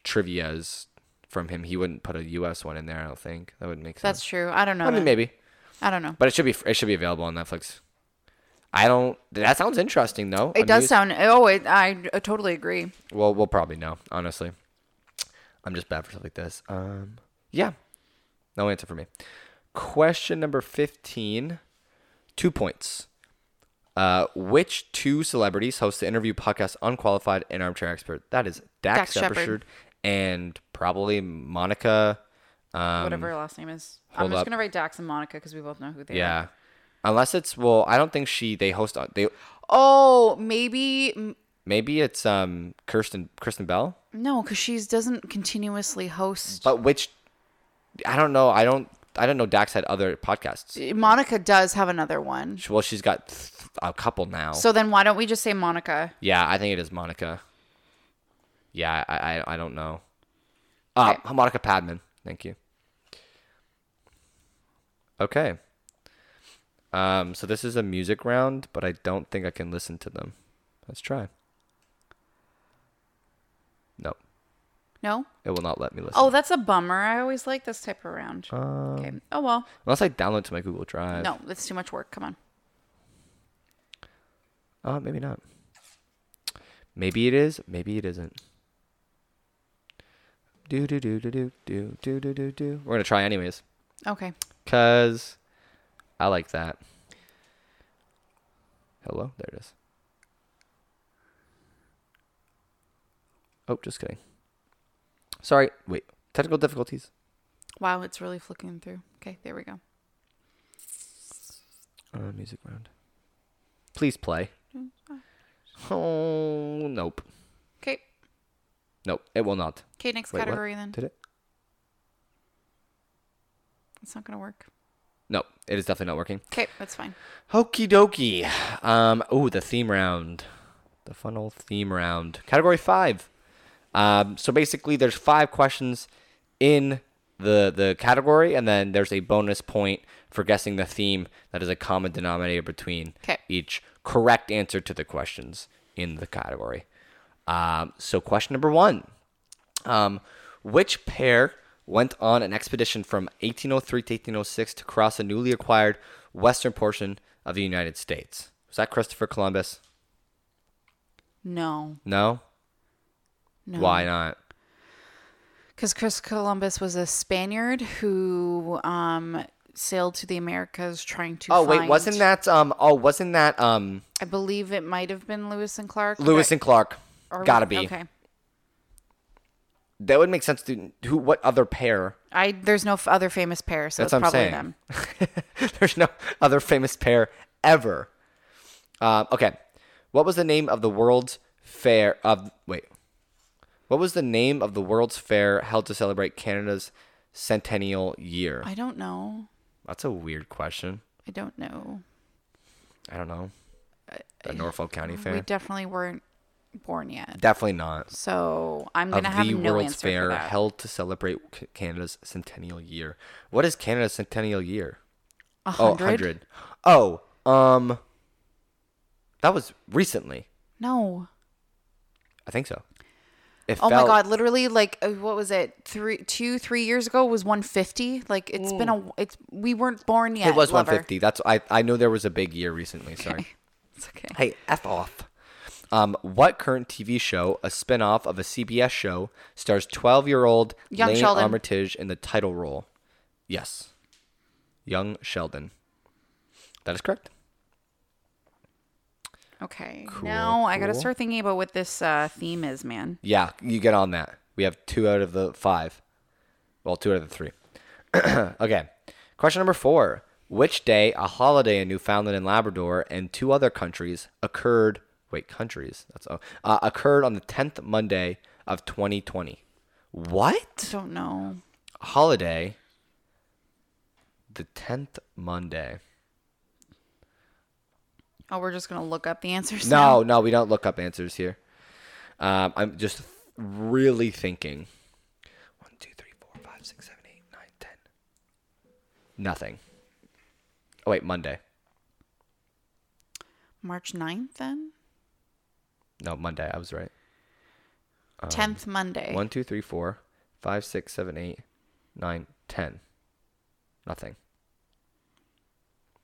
trivia's from him. He wouldn't put a U.S. one in there. I don't think that would make sense.
That's true. I don't know.
I mean,
that.
maybe.
I don't know.
But it should be it should be available on Netflix. I don't. That sounds interesting, though.
It
I'm
does
used-
sound. Oh, I, I uh, totally agree.
Well, we'll probably know. Honestly, I'm just bad for stuff like this. Um, yeah, no answer for me. Question number fifteen, two points. Uh, which two celebrities host the interview podcast Unqualified and Armchair Expert? That is
Dax
Dax,
Shepard.
Shepard and probably Monica. Um,
Whatever her last name is.
hold
I'm just
up.
gonna write Dax and Monica because we both know who they are.
Yeah, unless it's well, I don't think she. They host on they.
Oh, maybe m-
Maybe it's um Kirsten Kirsten Bell.
no, because she doesn't continuously host.
But which I don't know. I don't. I don't know. Dax had other podcasts.
Monica does have another one.
Well, she's got th- a couple now.
So then why don't we just say Monica?
yeah, I think it is Monica. Yeah, I I, I don't know. Uh, Monica Padman. Thank you. Okay. Um, so this is a music round, but I don't think I can listen to them. Let's try. No,
No.
it will not let me listen.
Oh, that's a bummer. I always like this type of round.
Uh,
okay. Oh well.
Unless I download to my Google Drive.
No, that's too much work. Come on.
Uh, maybe not. Maybe it is. Maybe it isn't. Do do do do do do do do do do. We're gonna try anyways,
Okay.
cause I like that. Hello, there it is. Oh, just kidding. Sorry. Wait. Technical difficulties.
Wow, it's really flicking through. Okay, there we go.
Uh, music round. Please play. Oh nope.
Okay.
Nope. It will not.
Okay, next
Wait, what?
category then.
Did it?
It's not gonna work.
No, it is definitely not working.
Okay, that's fine.
Okie dokie. Um, ooh, the theme round. The funnel theme round. Category five. Um, so basically, there's five questions in the the category, and then there's a bonus point for guessing the theme that is a common denominator between
'Kay.
each correct answer to the questions in the category. Um, so, question number one. Um, which pair went on an expedition from 1803 to 1806 to cross a newly acquired western portion of the United States? Was that Christopher Columbus?
No.
No?
No.
Why not?
Because Chris Columbus was a Spaniard who um, sailed to the Americas trying to.
Oh wait,
find-
wasn't that um oh wasn't that um
I believe it might have been Lewis and Clark.
Lewis
but-
and Clark?
or-
Gotta be.
Okay.
That would make sense to who what other pair?
I there's no f- other famous pair, so
That's
it's
what I'm
probably
saying.
them.
There's no other famous pair ever. Um, okay. What was the name of the world's fair of wait. What was the name of the world's fair held to celebrate Canada's centennial year?
I don't know.
That's a weird question.
I don't know.
I don't know. The Norfolk County Fair?
We definitely weren't born yet,
Definitely not.
so I'm
Of
gonna have
the
no
World's
answer for
Fair
that.
held to celebrate C- Canada's centennial year. What is Canada's centennial year?
A
Oh,
hundred?
100. Oh, um That was recently.
No.
I think so. It
Oh my
felt-
god! Literally, like uh, what was it? Three, two, three years ago was 150. Like it's been a. It's we weren't born yet.
Mm. It was
lover.
150. That's I I know there was a big year recently. Sorry.
It's okay.
Hey, f off. Um, what current TV show, a spin-off of a CBS show, stars 12-year-old
Young
Lane
Sheldon.
Armitage in the title role? Yes. Young Sheldon. That is correct.
Okay. now I gotta
cool.
start thinking about what this uh, theme is, man.
Yeah, you get on that. We have two out of the five. Well, two out of the three. okay. Question number four. Which day a holiday in Newfoundland and Labrador and two other countries occurred? Wait, countries? That's oh, uh, occurred on the tenth Monday of 2020. What
Don't know.
holiday? The tenth Monday.
Oh, we're just gonna look up the answers.
No,
now?
no, we don't look up answers here. Um, I'm just really thinking. One, two, three, four, five, six, seven, eight, nine, ten. Nothing. Oh wait, Monday.
March 9th then.
No, Monday. I was right. Um,
Tenth Monday.
One, two, three, four, five, six, seven, eight, nine, ten. Nothing.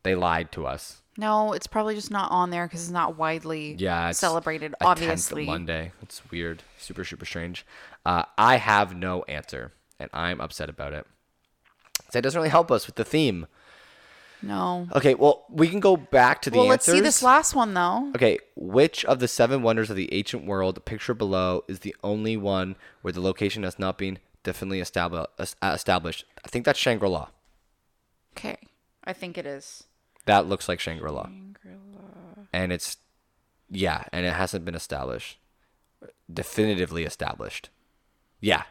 They lied to us.
No, it's probably just not on there because it's not widely
Yeah, it's
celebrated,
a tenth of
obviously.
Monday. It's weird. Super, super strange. Uh, I have no answer, and I'm upset about it. So it doesn't really help us with the theme.
No.
Okay, well, we can go back to the
well, let's
answers.
see this last one though.
Okay, which of the seven wonders of the ancient world, pictured below, is the only one where the location has not been definitely establi- es- uh, established? I think that's Shangri La.
Okay. I think it is.
That looks like Shangri La. And it's, yeah, and it hasn't been established. Definitively established. Yeah,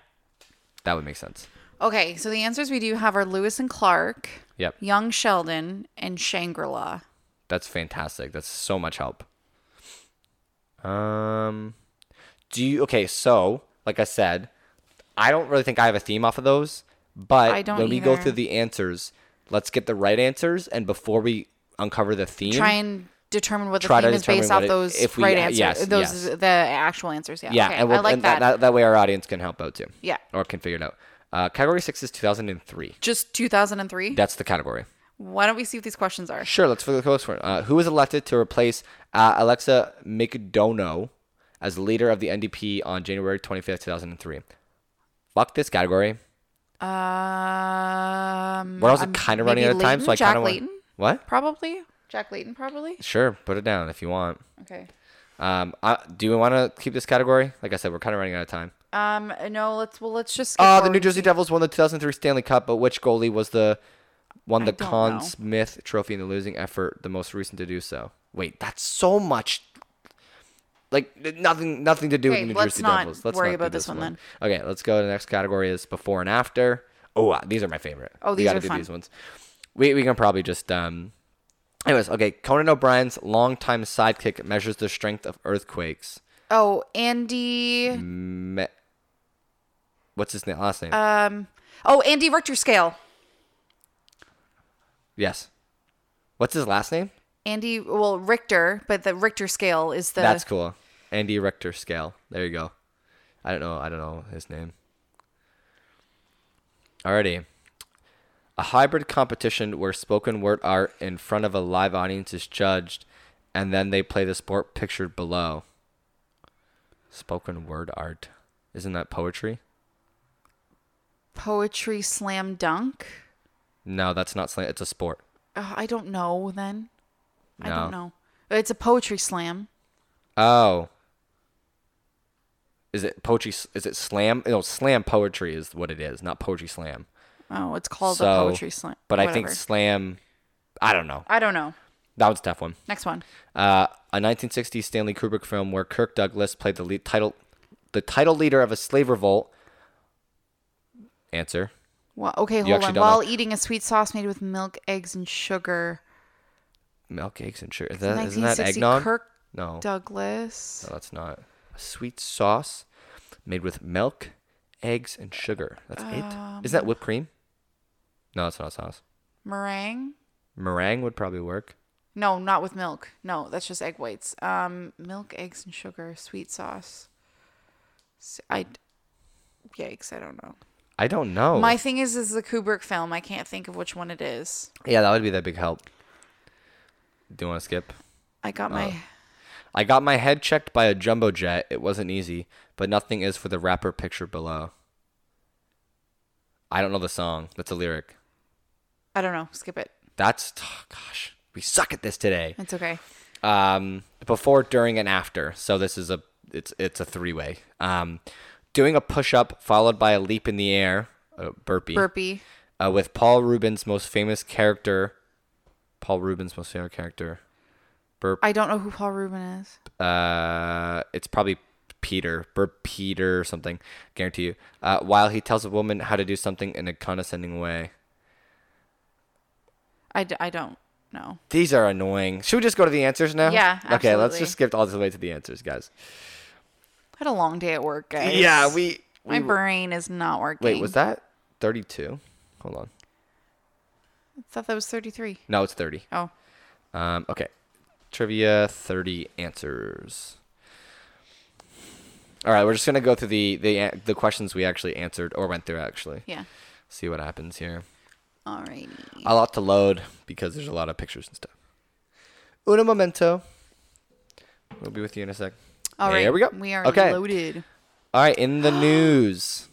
that would make sense.
Okay, so the answers we do have are Lewis and Clark,
Yep,
Young Sheldon, and Shangri La.
that's fantastic. That's so much help. Um, do you, okay, so, like I said, I don't really think I have a theme off of those, but
I don't
when we go
either.
through the answers, let's get the right answers. And before we uncover the theme,
Try and determine what the
Try to
theme is
determine
based off
what it-
those
if we-
right
uh,
answers.
yes,
those
yes.
the actual answers. Yeah.
Yeah,
okay,
and, we'll,
I like
and
that.
that. That, that way our audience can help out too.
Yeah.
Or can figure it out. Uh, category six is 2003.
Just 2003.
That's the category.
Why don't we see what these questions are?
Sure, let's for the first one. Uh, who was elected to replace uh, Alexa McDonough as leader of the NDP on January 25th, 2003? Fuck this category.
Um,
What else is
I'm-
kind of running out
maybe
of time, so I
Leighton? Jack
kind of want.
Leighton,
What?
probably. Jack Layton, probably.
Sure, put it down if you want.
Okay.
Um, I, do we want to keep this category? Like I said, we're kind of running out of time.
Um, no, let's well, let's just. skip
Uh, the
forward
New
and
Jersey
see.
Devils won the 2003 Stanley Cup, but which goalie was the won the
don't know.
Conn Smith Trophy in the losing effort, the most recent to do so? Wait, that's so much. Like th- nothing, nothing to do
Okay,
with the New
let's
Jersey
not
Devils. Let's
worry
not do
about this one
Okay, let's go to the next category. Is before and after. Oh, wow, these are my favorite.
Oh,
We
these
gotta
are
do
fun.
These ones. We we can probably just um. Anyways, okay. Conan O'Brien's longtime sidekick measures the strength of earthquakes.
Oh, Andy.
Me- What's his name? Last name?
Um. Oh, Andy Richter scale.
Yes. What's his last name?
Andy. Well, Richter, but the Richter scale is the.
That's cool. Andy Richter scale. There you go. I don't know. I don't know his name. Alrighty. A hybrid competition where spoken word art in front of a live audience is judged, and then they play the sport pictured below. Spoken word art. Isn't that poetry?
poetry slam dunk.
No, that's not slang. It's a sport.
Uh, I don't know. Then. I don't
No.
know. It's a poetry slam.
Oh. Is it poetry? s- Is it slam? No, slam poetry is what it is, not poetry slam.
Oh, it's called a
So,
poetry slam.
But I think
whatever.
slam. I don't know.
I don't know.
That was a tough one.
Next one.
Uh, a 1960 Stanley Kubrick film where Kirk Douglas played the lead title, the title leader of a slave revolt. Answer.
Well, okay, hold
actually
on.
don't
While
know.
eating a sweet sauce made with milk, eggs, and sugar.
Milk, eggs, and sugar. Is that, Uh, isn't that
1960
eggnog?
Kirk
no.
Douglas.
No, that's not. A sweet sauce made with milk, eggs, and sugar. That's
Um,
it. Isn't that whipped cream? No, that's not sauce.
Meringue?
Meringue would probably work.
No, not with milk. No, that's just egg whites. Um, milk, eggs, and sugar, sweet sauce. S- I, yikes, I don't know.
I don't know.
My thing is, is the Kubrick film. I can't think of which one it is.
yeah, that would be that big help. Do you want to skip?
I got
Oh.
my.
I got my head checked by a jumbo jet. It wasn't easy, but nothing is for the rapper picture below. I don't know the song. That's a lyric.
I don't know. Skip it.
That's gosh, we suck at this today.
It's okay.
um, before, during, and after. So this is a it's it's a three way. Um, doing a push up followed by a leap in the air, uh, burpee,
Burpee.
uh, with Paul Rubin's most famous character. Paul Rubin's most famous character. Burp.
I don't know who Paul Rubin is.
Uh, it's probably Peter, Burp Peter or something. Guarantee you. Uh, while he tells a woman how to do something in a condescending way.
I, d- I don't know.
These are annoying. Should we just go to the answers now?
Yeah,
Okay, let's
absolutely.
just skip all the way to the answers, guys.
had a long day at work, guys.
Yeah, we.
My brain is not working.
Wait, was that 32? Hold on.
I thought that was 33.
No, it's 30.
Oh.
Um, okay. Trivia 30 answers. All right, we're just going to go through the, the the questions we actually answered or went through actually.
Yeah.
See what happens here.
Alrighty.
A lot to load because there's a lot of pictures and stuff. Uno momento. We'll be with you in a sec.
All right.
There we go.
We are
okay.
loaded.
All right. In the news.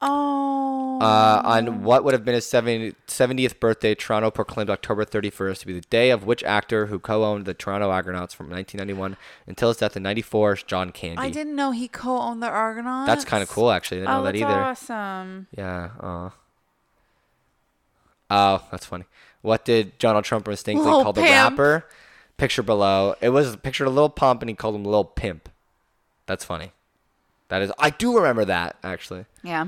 Oh.
Uh, on what would have been his 70, 70th birthday, Toronto proclaimed October 31st to be the day of which actor who co-owned the Toronto Argonauts from 1991 until his death in 94, John Candy.
I didn't know he co-owned the Argonauts.
That's kind of cool, actually. I didn't
Oh,
know that
that's
either.
awesome.
Yeah. Aw. Oh, that's funny. What did Donald Trump instinctively
Lil
call the
Pimp.
rapper? Picture below. It was pictured a little pump, and he called him little pimp. That's funny. That is. I do remember that actually.
Yeah.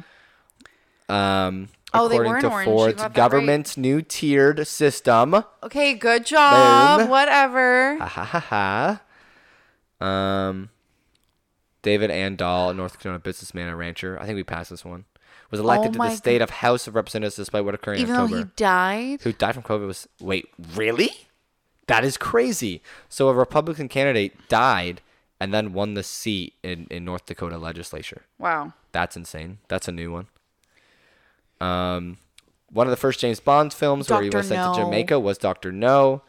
Um,
Oh, they
according
were in
to
orange. You
Ford's
got that right.
government's new tiered system. Ha
Okay. Good job.
Boom.
Whatever.
ha ha ha. Um, David Andahl, a North Carolina businessman and rancher. I think we passed this one. Was elected to
Oh my
the state of House of Representatives despite what occurred in
Even though
October.
he died.
who died from COVID was wait, really? That is crazy. So a Republican candidate died and then won the seat in, in North Dakota legislature.
Wow.
That's insane. That's a new one. Um, one of the first James Bond films where he
Dr.
was sent
No.
to Jamaica was Doctor No.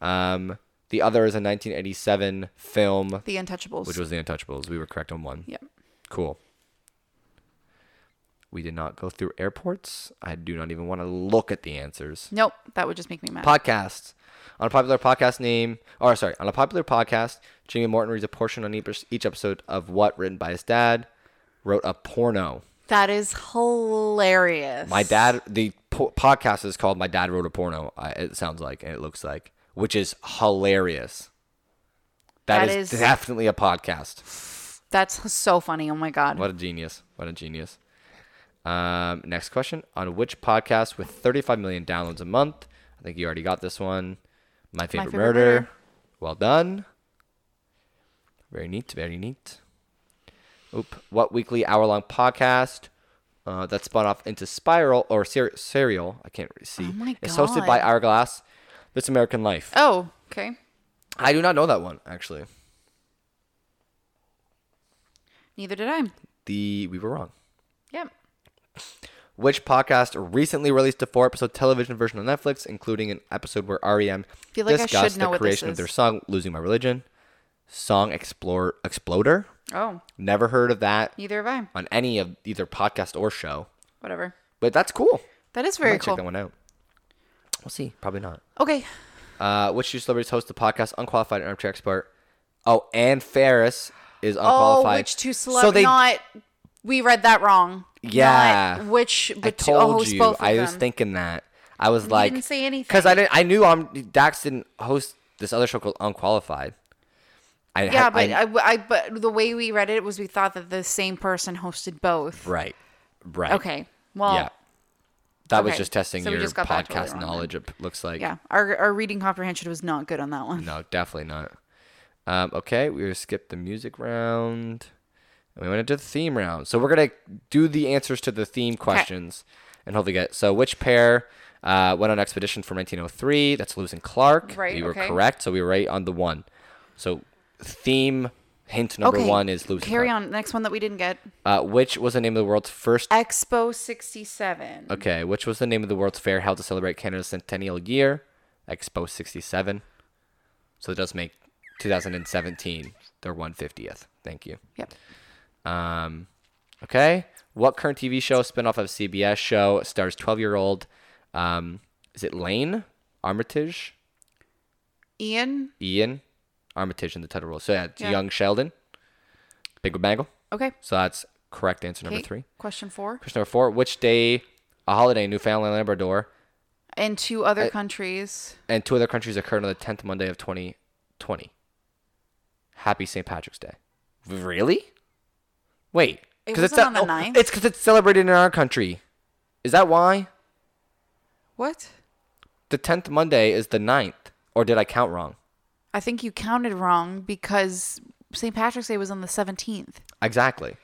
Um, the other is a 1987 film,
The Untouchables.
which was The Untouchables. We were correct on one.
Yep.
Cool. We did not go through airports. I do not even want to look at the answers
Nope. That would just make me mad.
podcasts. On a popular podcast name, or sorry, on a popular podcast, Jimmy Morton reads a portion on each each episode of what written by his dad wrote a porno.
that is hilarious.
My dad, the po- podcast is called "My Dad Wrote a Porno." I, it sounds like and it looks like, which is hilarious.
That
that is,
is-
definitely a podcast.
That's so funny. Oh my god.
What a genius! What a genius! Um, next question: On which podcast with 35 million downloads a month? I think you already got this one. My favorite,
Favorite
murder.
Murder.
Well done. Very neat. Very neat. Oop! What weekly hour-long podcast uh, that spun off into Spiral or ser- Serial? I can't really see.
Oh my
It's hosted by
God.
Hourglass. This American Life.
Oh. Okay.
I do not know that one actually.
Neither did I.
The we were wrong.
Yep.
which podcast recently released a four episode television version on Netflix, including an episode where REM
feel like I should
discussed
know
the
what this
creation of
is.
their song Losing My Religion. Song Explore Exploder.
Oh.
Never heard of that
Neither have I.
on any of either podcast or show.
Whatever.
But that's cool.
That is
I
very
might check that
cool.
one out. We'll see. Probably not.
Okay.
Uh, which two celebrities host the podcast Unqualified and Armchair Expert? Oh, Anne Ferris is unqualified.
Oh, which two celeb?
So they
not. We read that wrong.
Yeah.
Not which?
I
But two-
told
oh, host
you.
both of
I was
them.
thinking that. I was like,
didn't say anything.
because I didn't. I knew um, Dax didn't host this other show called Unqualified. I had-
Yeah, but uh, I,
I-
I- but the way we read it was we thought that the same person hosted both.
right, right.
Okay. Well.
yeah, that was
okay.
just testing
So we
your
just got that totally
podcast
wrong then.
knowledge. It looks like.
Yeah. Our our reading comprehension was not good on that one.
No, definitely not. Um, okay, we're gonna skip the music round, and we went into the theme round. So we're gonna do the answers to the theme questions, and hopefully get. So which pair uh, went on expedition from 1903? That's Lewis and Clark.
Right,
We were
okay.
correct, so we were right on the one. So theme hint number
okay.
one is Lewis.
Carry
and
on. Next one that we didn't get.
Clark. Uh, which was the name of the world's first?
Expo sixty seven.
Okay, which was the name of the world's fair held to celebrate Canada's centennial year? Expo 67. So it does make 2017 their 150th. Thank you.
Yep.
Um, okay. What current TV show, spinoff of CBS show, stars 12 year old? Um, is it Lane Armitage?
Ian.
Ian Armitage in the title role. So yeah, it's
Yeah.
young Sheldon. Big Bangle.
Okay.
So that's correct answer number
Okay.
three.
Question four.
Question number four. Which day, a holiday in Newfoundland, and Labrador,
And two other countries.
and two other countries occurred on the 10th Monday of 2020. Happy St. Patrick's Day. Really? Wait,
It
because it's
wasn't
not-
on the
oh,
ninth?
It's because it's celebrated in our country. Is that why
What?
the 10th Monday is the 9th? Or did I count wrong?
I think you counted wrong because St. Patrick's Day was on the seventeenth.
Exactly.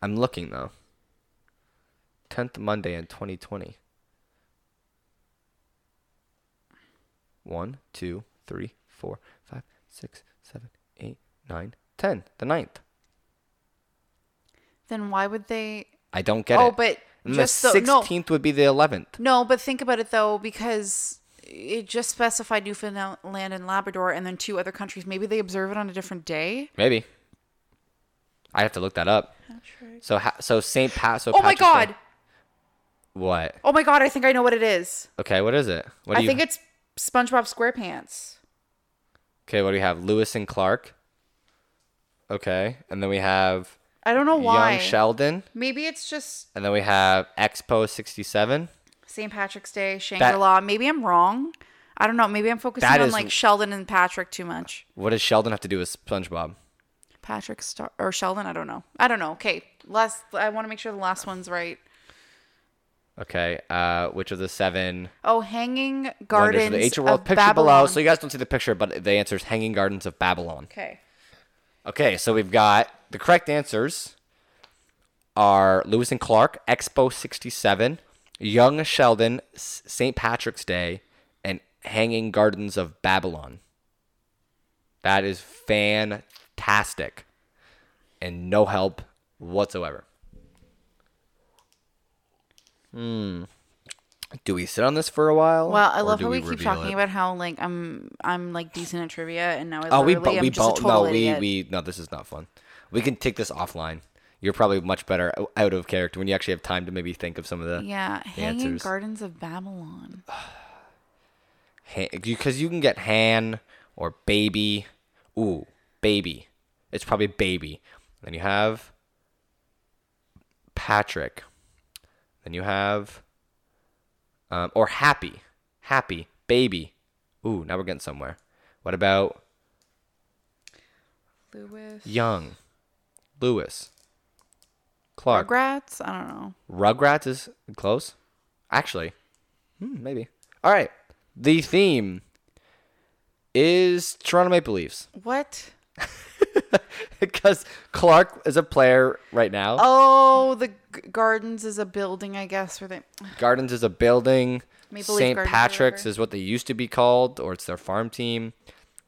I'm looking though. 10th Monday in 2020. One, two, three, four, five, six, seven, eight, nine, ten. The 9th.
Then why would they?
I don't get
oh,
it.
but
And
Just
the
so- no.
sixteenth would be the eleventh.
No, but think about it though, because it just specified Newfoundland and Labrador, and then two other countries. Maybe they observe it on a different day.
Maybe. I have to look that up. So ha- so Saint Pat. So
Oh my
Patrick's Day-
god!
What?
Oh my god! I think I know what it is.
Okay, what is it? What do
I
you?
think it's SpongeBob SquarePants.
okay, what do we have? Lewis and Clark. Okay, and then we have
I don't know why.
Young Sheldon,
Maybe it's just
and then we have Expo '67.
St. Patrick's Day, Shangri La. Maybe I'm wrong. I don't know. Maybe I'm focusing
That
on
is-
like Sheldon and Patrick too much.
What does Sheldon have to do with SpongeBob?
Patrick Star or Sheldon? I don't know. I don't know. Okay, last. I want to make sure the last one's right.
Okay, uh, which of the seven
Oh, Hanging
wonders
Gardens
of the ancient world?
of
Picture below.
Babylon.
So you guys don't see the picture, but the answer is Hanging Gardens of Babylon.
okay.
Okay, so we've got the correct answers are Lewis and Clark, Expo 67, Young Sheldon, S- St. Patrick's Day, and Hanging Gardens of Babylon. That is fantastic. And no help whatsoever. Hmm. Do we sit on this for a while?
Well, I
or
love
do
how we
we
keep
reveal
talking
it?
about how like I'm I'm like decent at trivia, and now I
Oh, we
literally
bo-
am
we
just
bo-
a
no,
total
we
idiot.
we no, this is not fun. We can take this offline. You're probably much better o- out of character when you actually have time to maybe think of some of the
yeah, Hanging
answers.
Gardens of Babylon.
because you can get Han or baby. Ooh, baby. It's probably baby. Then you have Patrick. Then you have um, or happy, happy baby. Ooh, now we're getting somewhere. What about
Lewis.
Young, Lewis, Clark?
Rugrats. I don't know.
Rugrats is close. Actually, hmm, maybe. All right. The theme is Toronto Maple Leafs
What?
because Clark is a player right now.
Oh, the g- gardens is a building, I guess, where they.
Gardens is a building.
Maple Leaf
St.
Gardens or
Patrick's
whatever.
is what they used to be called, or it's their farm team.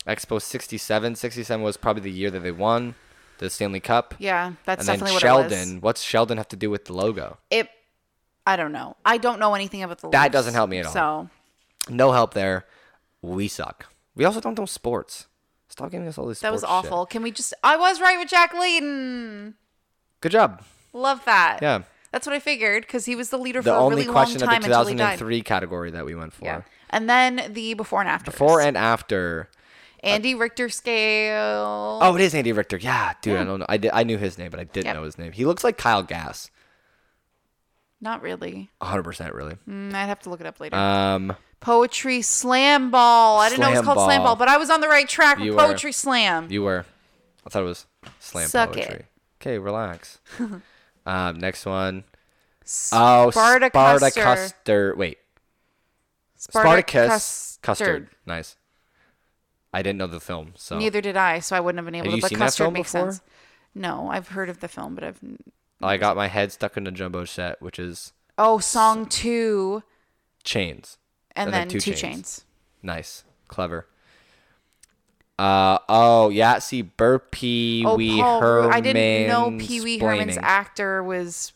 Expo 67. 67 was probably the year that they won the Stanley Cup.
Yeah, that's
and then
definitely what
Sheldon.
it was.
What's Sheldon have to do with the logo?
It. I don't know. I don't know anything about the.
That
Leafs,
doesn't help me at all.
So
No help there. We suck. We also don't know sports. Stop giving us all this.
that was awful. Can we just? I was right with Jack Layton.
Good job.
Love that.
Yeah.
That's what I figured because he was the leader
The
for a
only
really long
question of the
time until he died.
2003 category that we went for.
Yeah. And then the before and after.
Before and after.
Andy Richter scale.
Oh, it is Andy Richter. Yeah, dude. I don't know. I did. I knew his name, but I didn't
Yep.
know his name. He looks like Kyle Gass.
Not really.
100 percent really.
Mm, I'd have to look it up later.
Um,
poetry slam ball. I didn't know it was
Slam
called slam
ball.
ball, but I was on the right track
You
with
were.
poetry slam.
you were. I thought it was slam
Suck
poetry.
it.
Okay, relax. um, next one. Oh,
Sparta
Sparta
Custer.
Custer. Wait, Spartacus Custard. Nice. I didn't know the film, so
Neither did I, so I wouldn't have been able
Have
to.
you
but
seen that
custard
film
makes
before?
sense. No, I've heard of the film, but I've.
I got my head stuck in a jumbo set, which is
Oh, song two,
chains.
and, then, two, chains.
Nice, clever. Uh oh, yeah. See, Bert Pee
Oh,
Wee
Paul Ru-
Herman.
I didn't know Pee Wee Herman's
splaining.
actor was,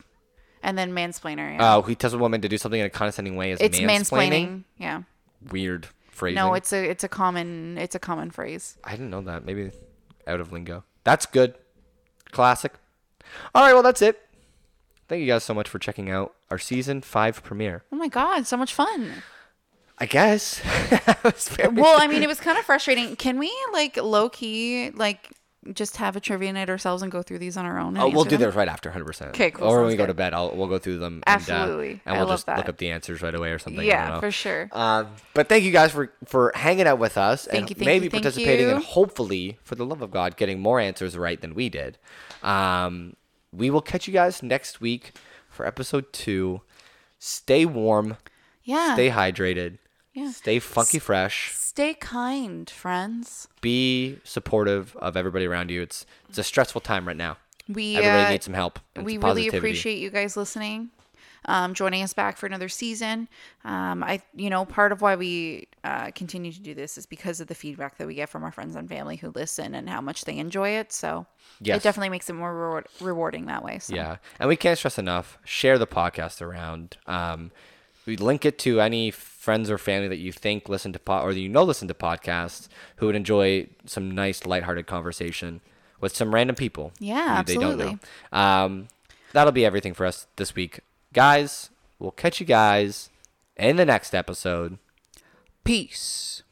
and then mansplainer. Yeah.
Oh, he tells a woman to do something in a condescending way is
it's
mansplaining.
mansplaining. Yeah.
Weird phrasing.
No, it's a it's a common it's a common phrase.
I didn't know that. Maybe out of lingo. That's good. Classic. All right, well, that's it. Thank you guys so much for checking out our season five premiere.
Oh my god, so much fun.
I guess. That was very-
Well, I mean, it was kind of frustrating. Can we like low key like just have a trivia night ourselves and go through these on our own? and
Oh, we'll
answer
do
them?
those right after, hundred percent.
Okay, cool,
Or when we
sounds
go
good.
to bed, I'll we'll go through them. And, uh,
Absolutely.
and
I
we'll
love
just look
that.
up the answers right away or something. I don't
Yeah,
know.
for sure.
Um, but thank you guys for for hanging out with us and
Thank you, thank
maybe
you, thank
participating and
you.
hopefully, for the love of God, getting more answers right than we did. Um, we will catch you guys next week for episode two. Stay warm,
yeah.
stay
Stay,
hydrated,
Uh, Yeah.
stay funky fresh.
kind, friends.
Be supportive of everybody around you. It's it's a stressful time right now.
We
Everybody
uh,
needs some help. and
we
some
really
positivity.
appreciate you guys listening. um, joining us back for another season. Um, I, you know, part of why we uh, continue to do this is because of the feedback that we get from our friends and family who listen and how much they enjoy it. So
Yes.
it definitely makes it more reward- rewarding that way. So.
Yeah, and we can't stress enough: share the podcast around. Um, we link it to any friends or family that you think listen to pod or that you know listen to podcasts who would enjoy some nice, lighthearted conversation with some random people.
Yeah,
who know. Um, that'll be everything for us this week, guys. We'll catch you guys in the next episode.
Peace.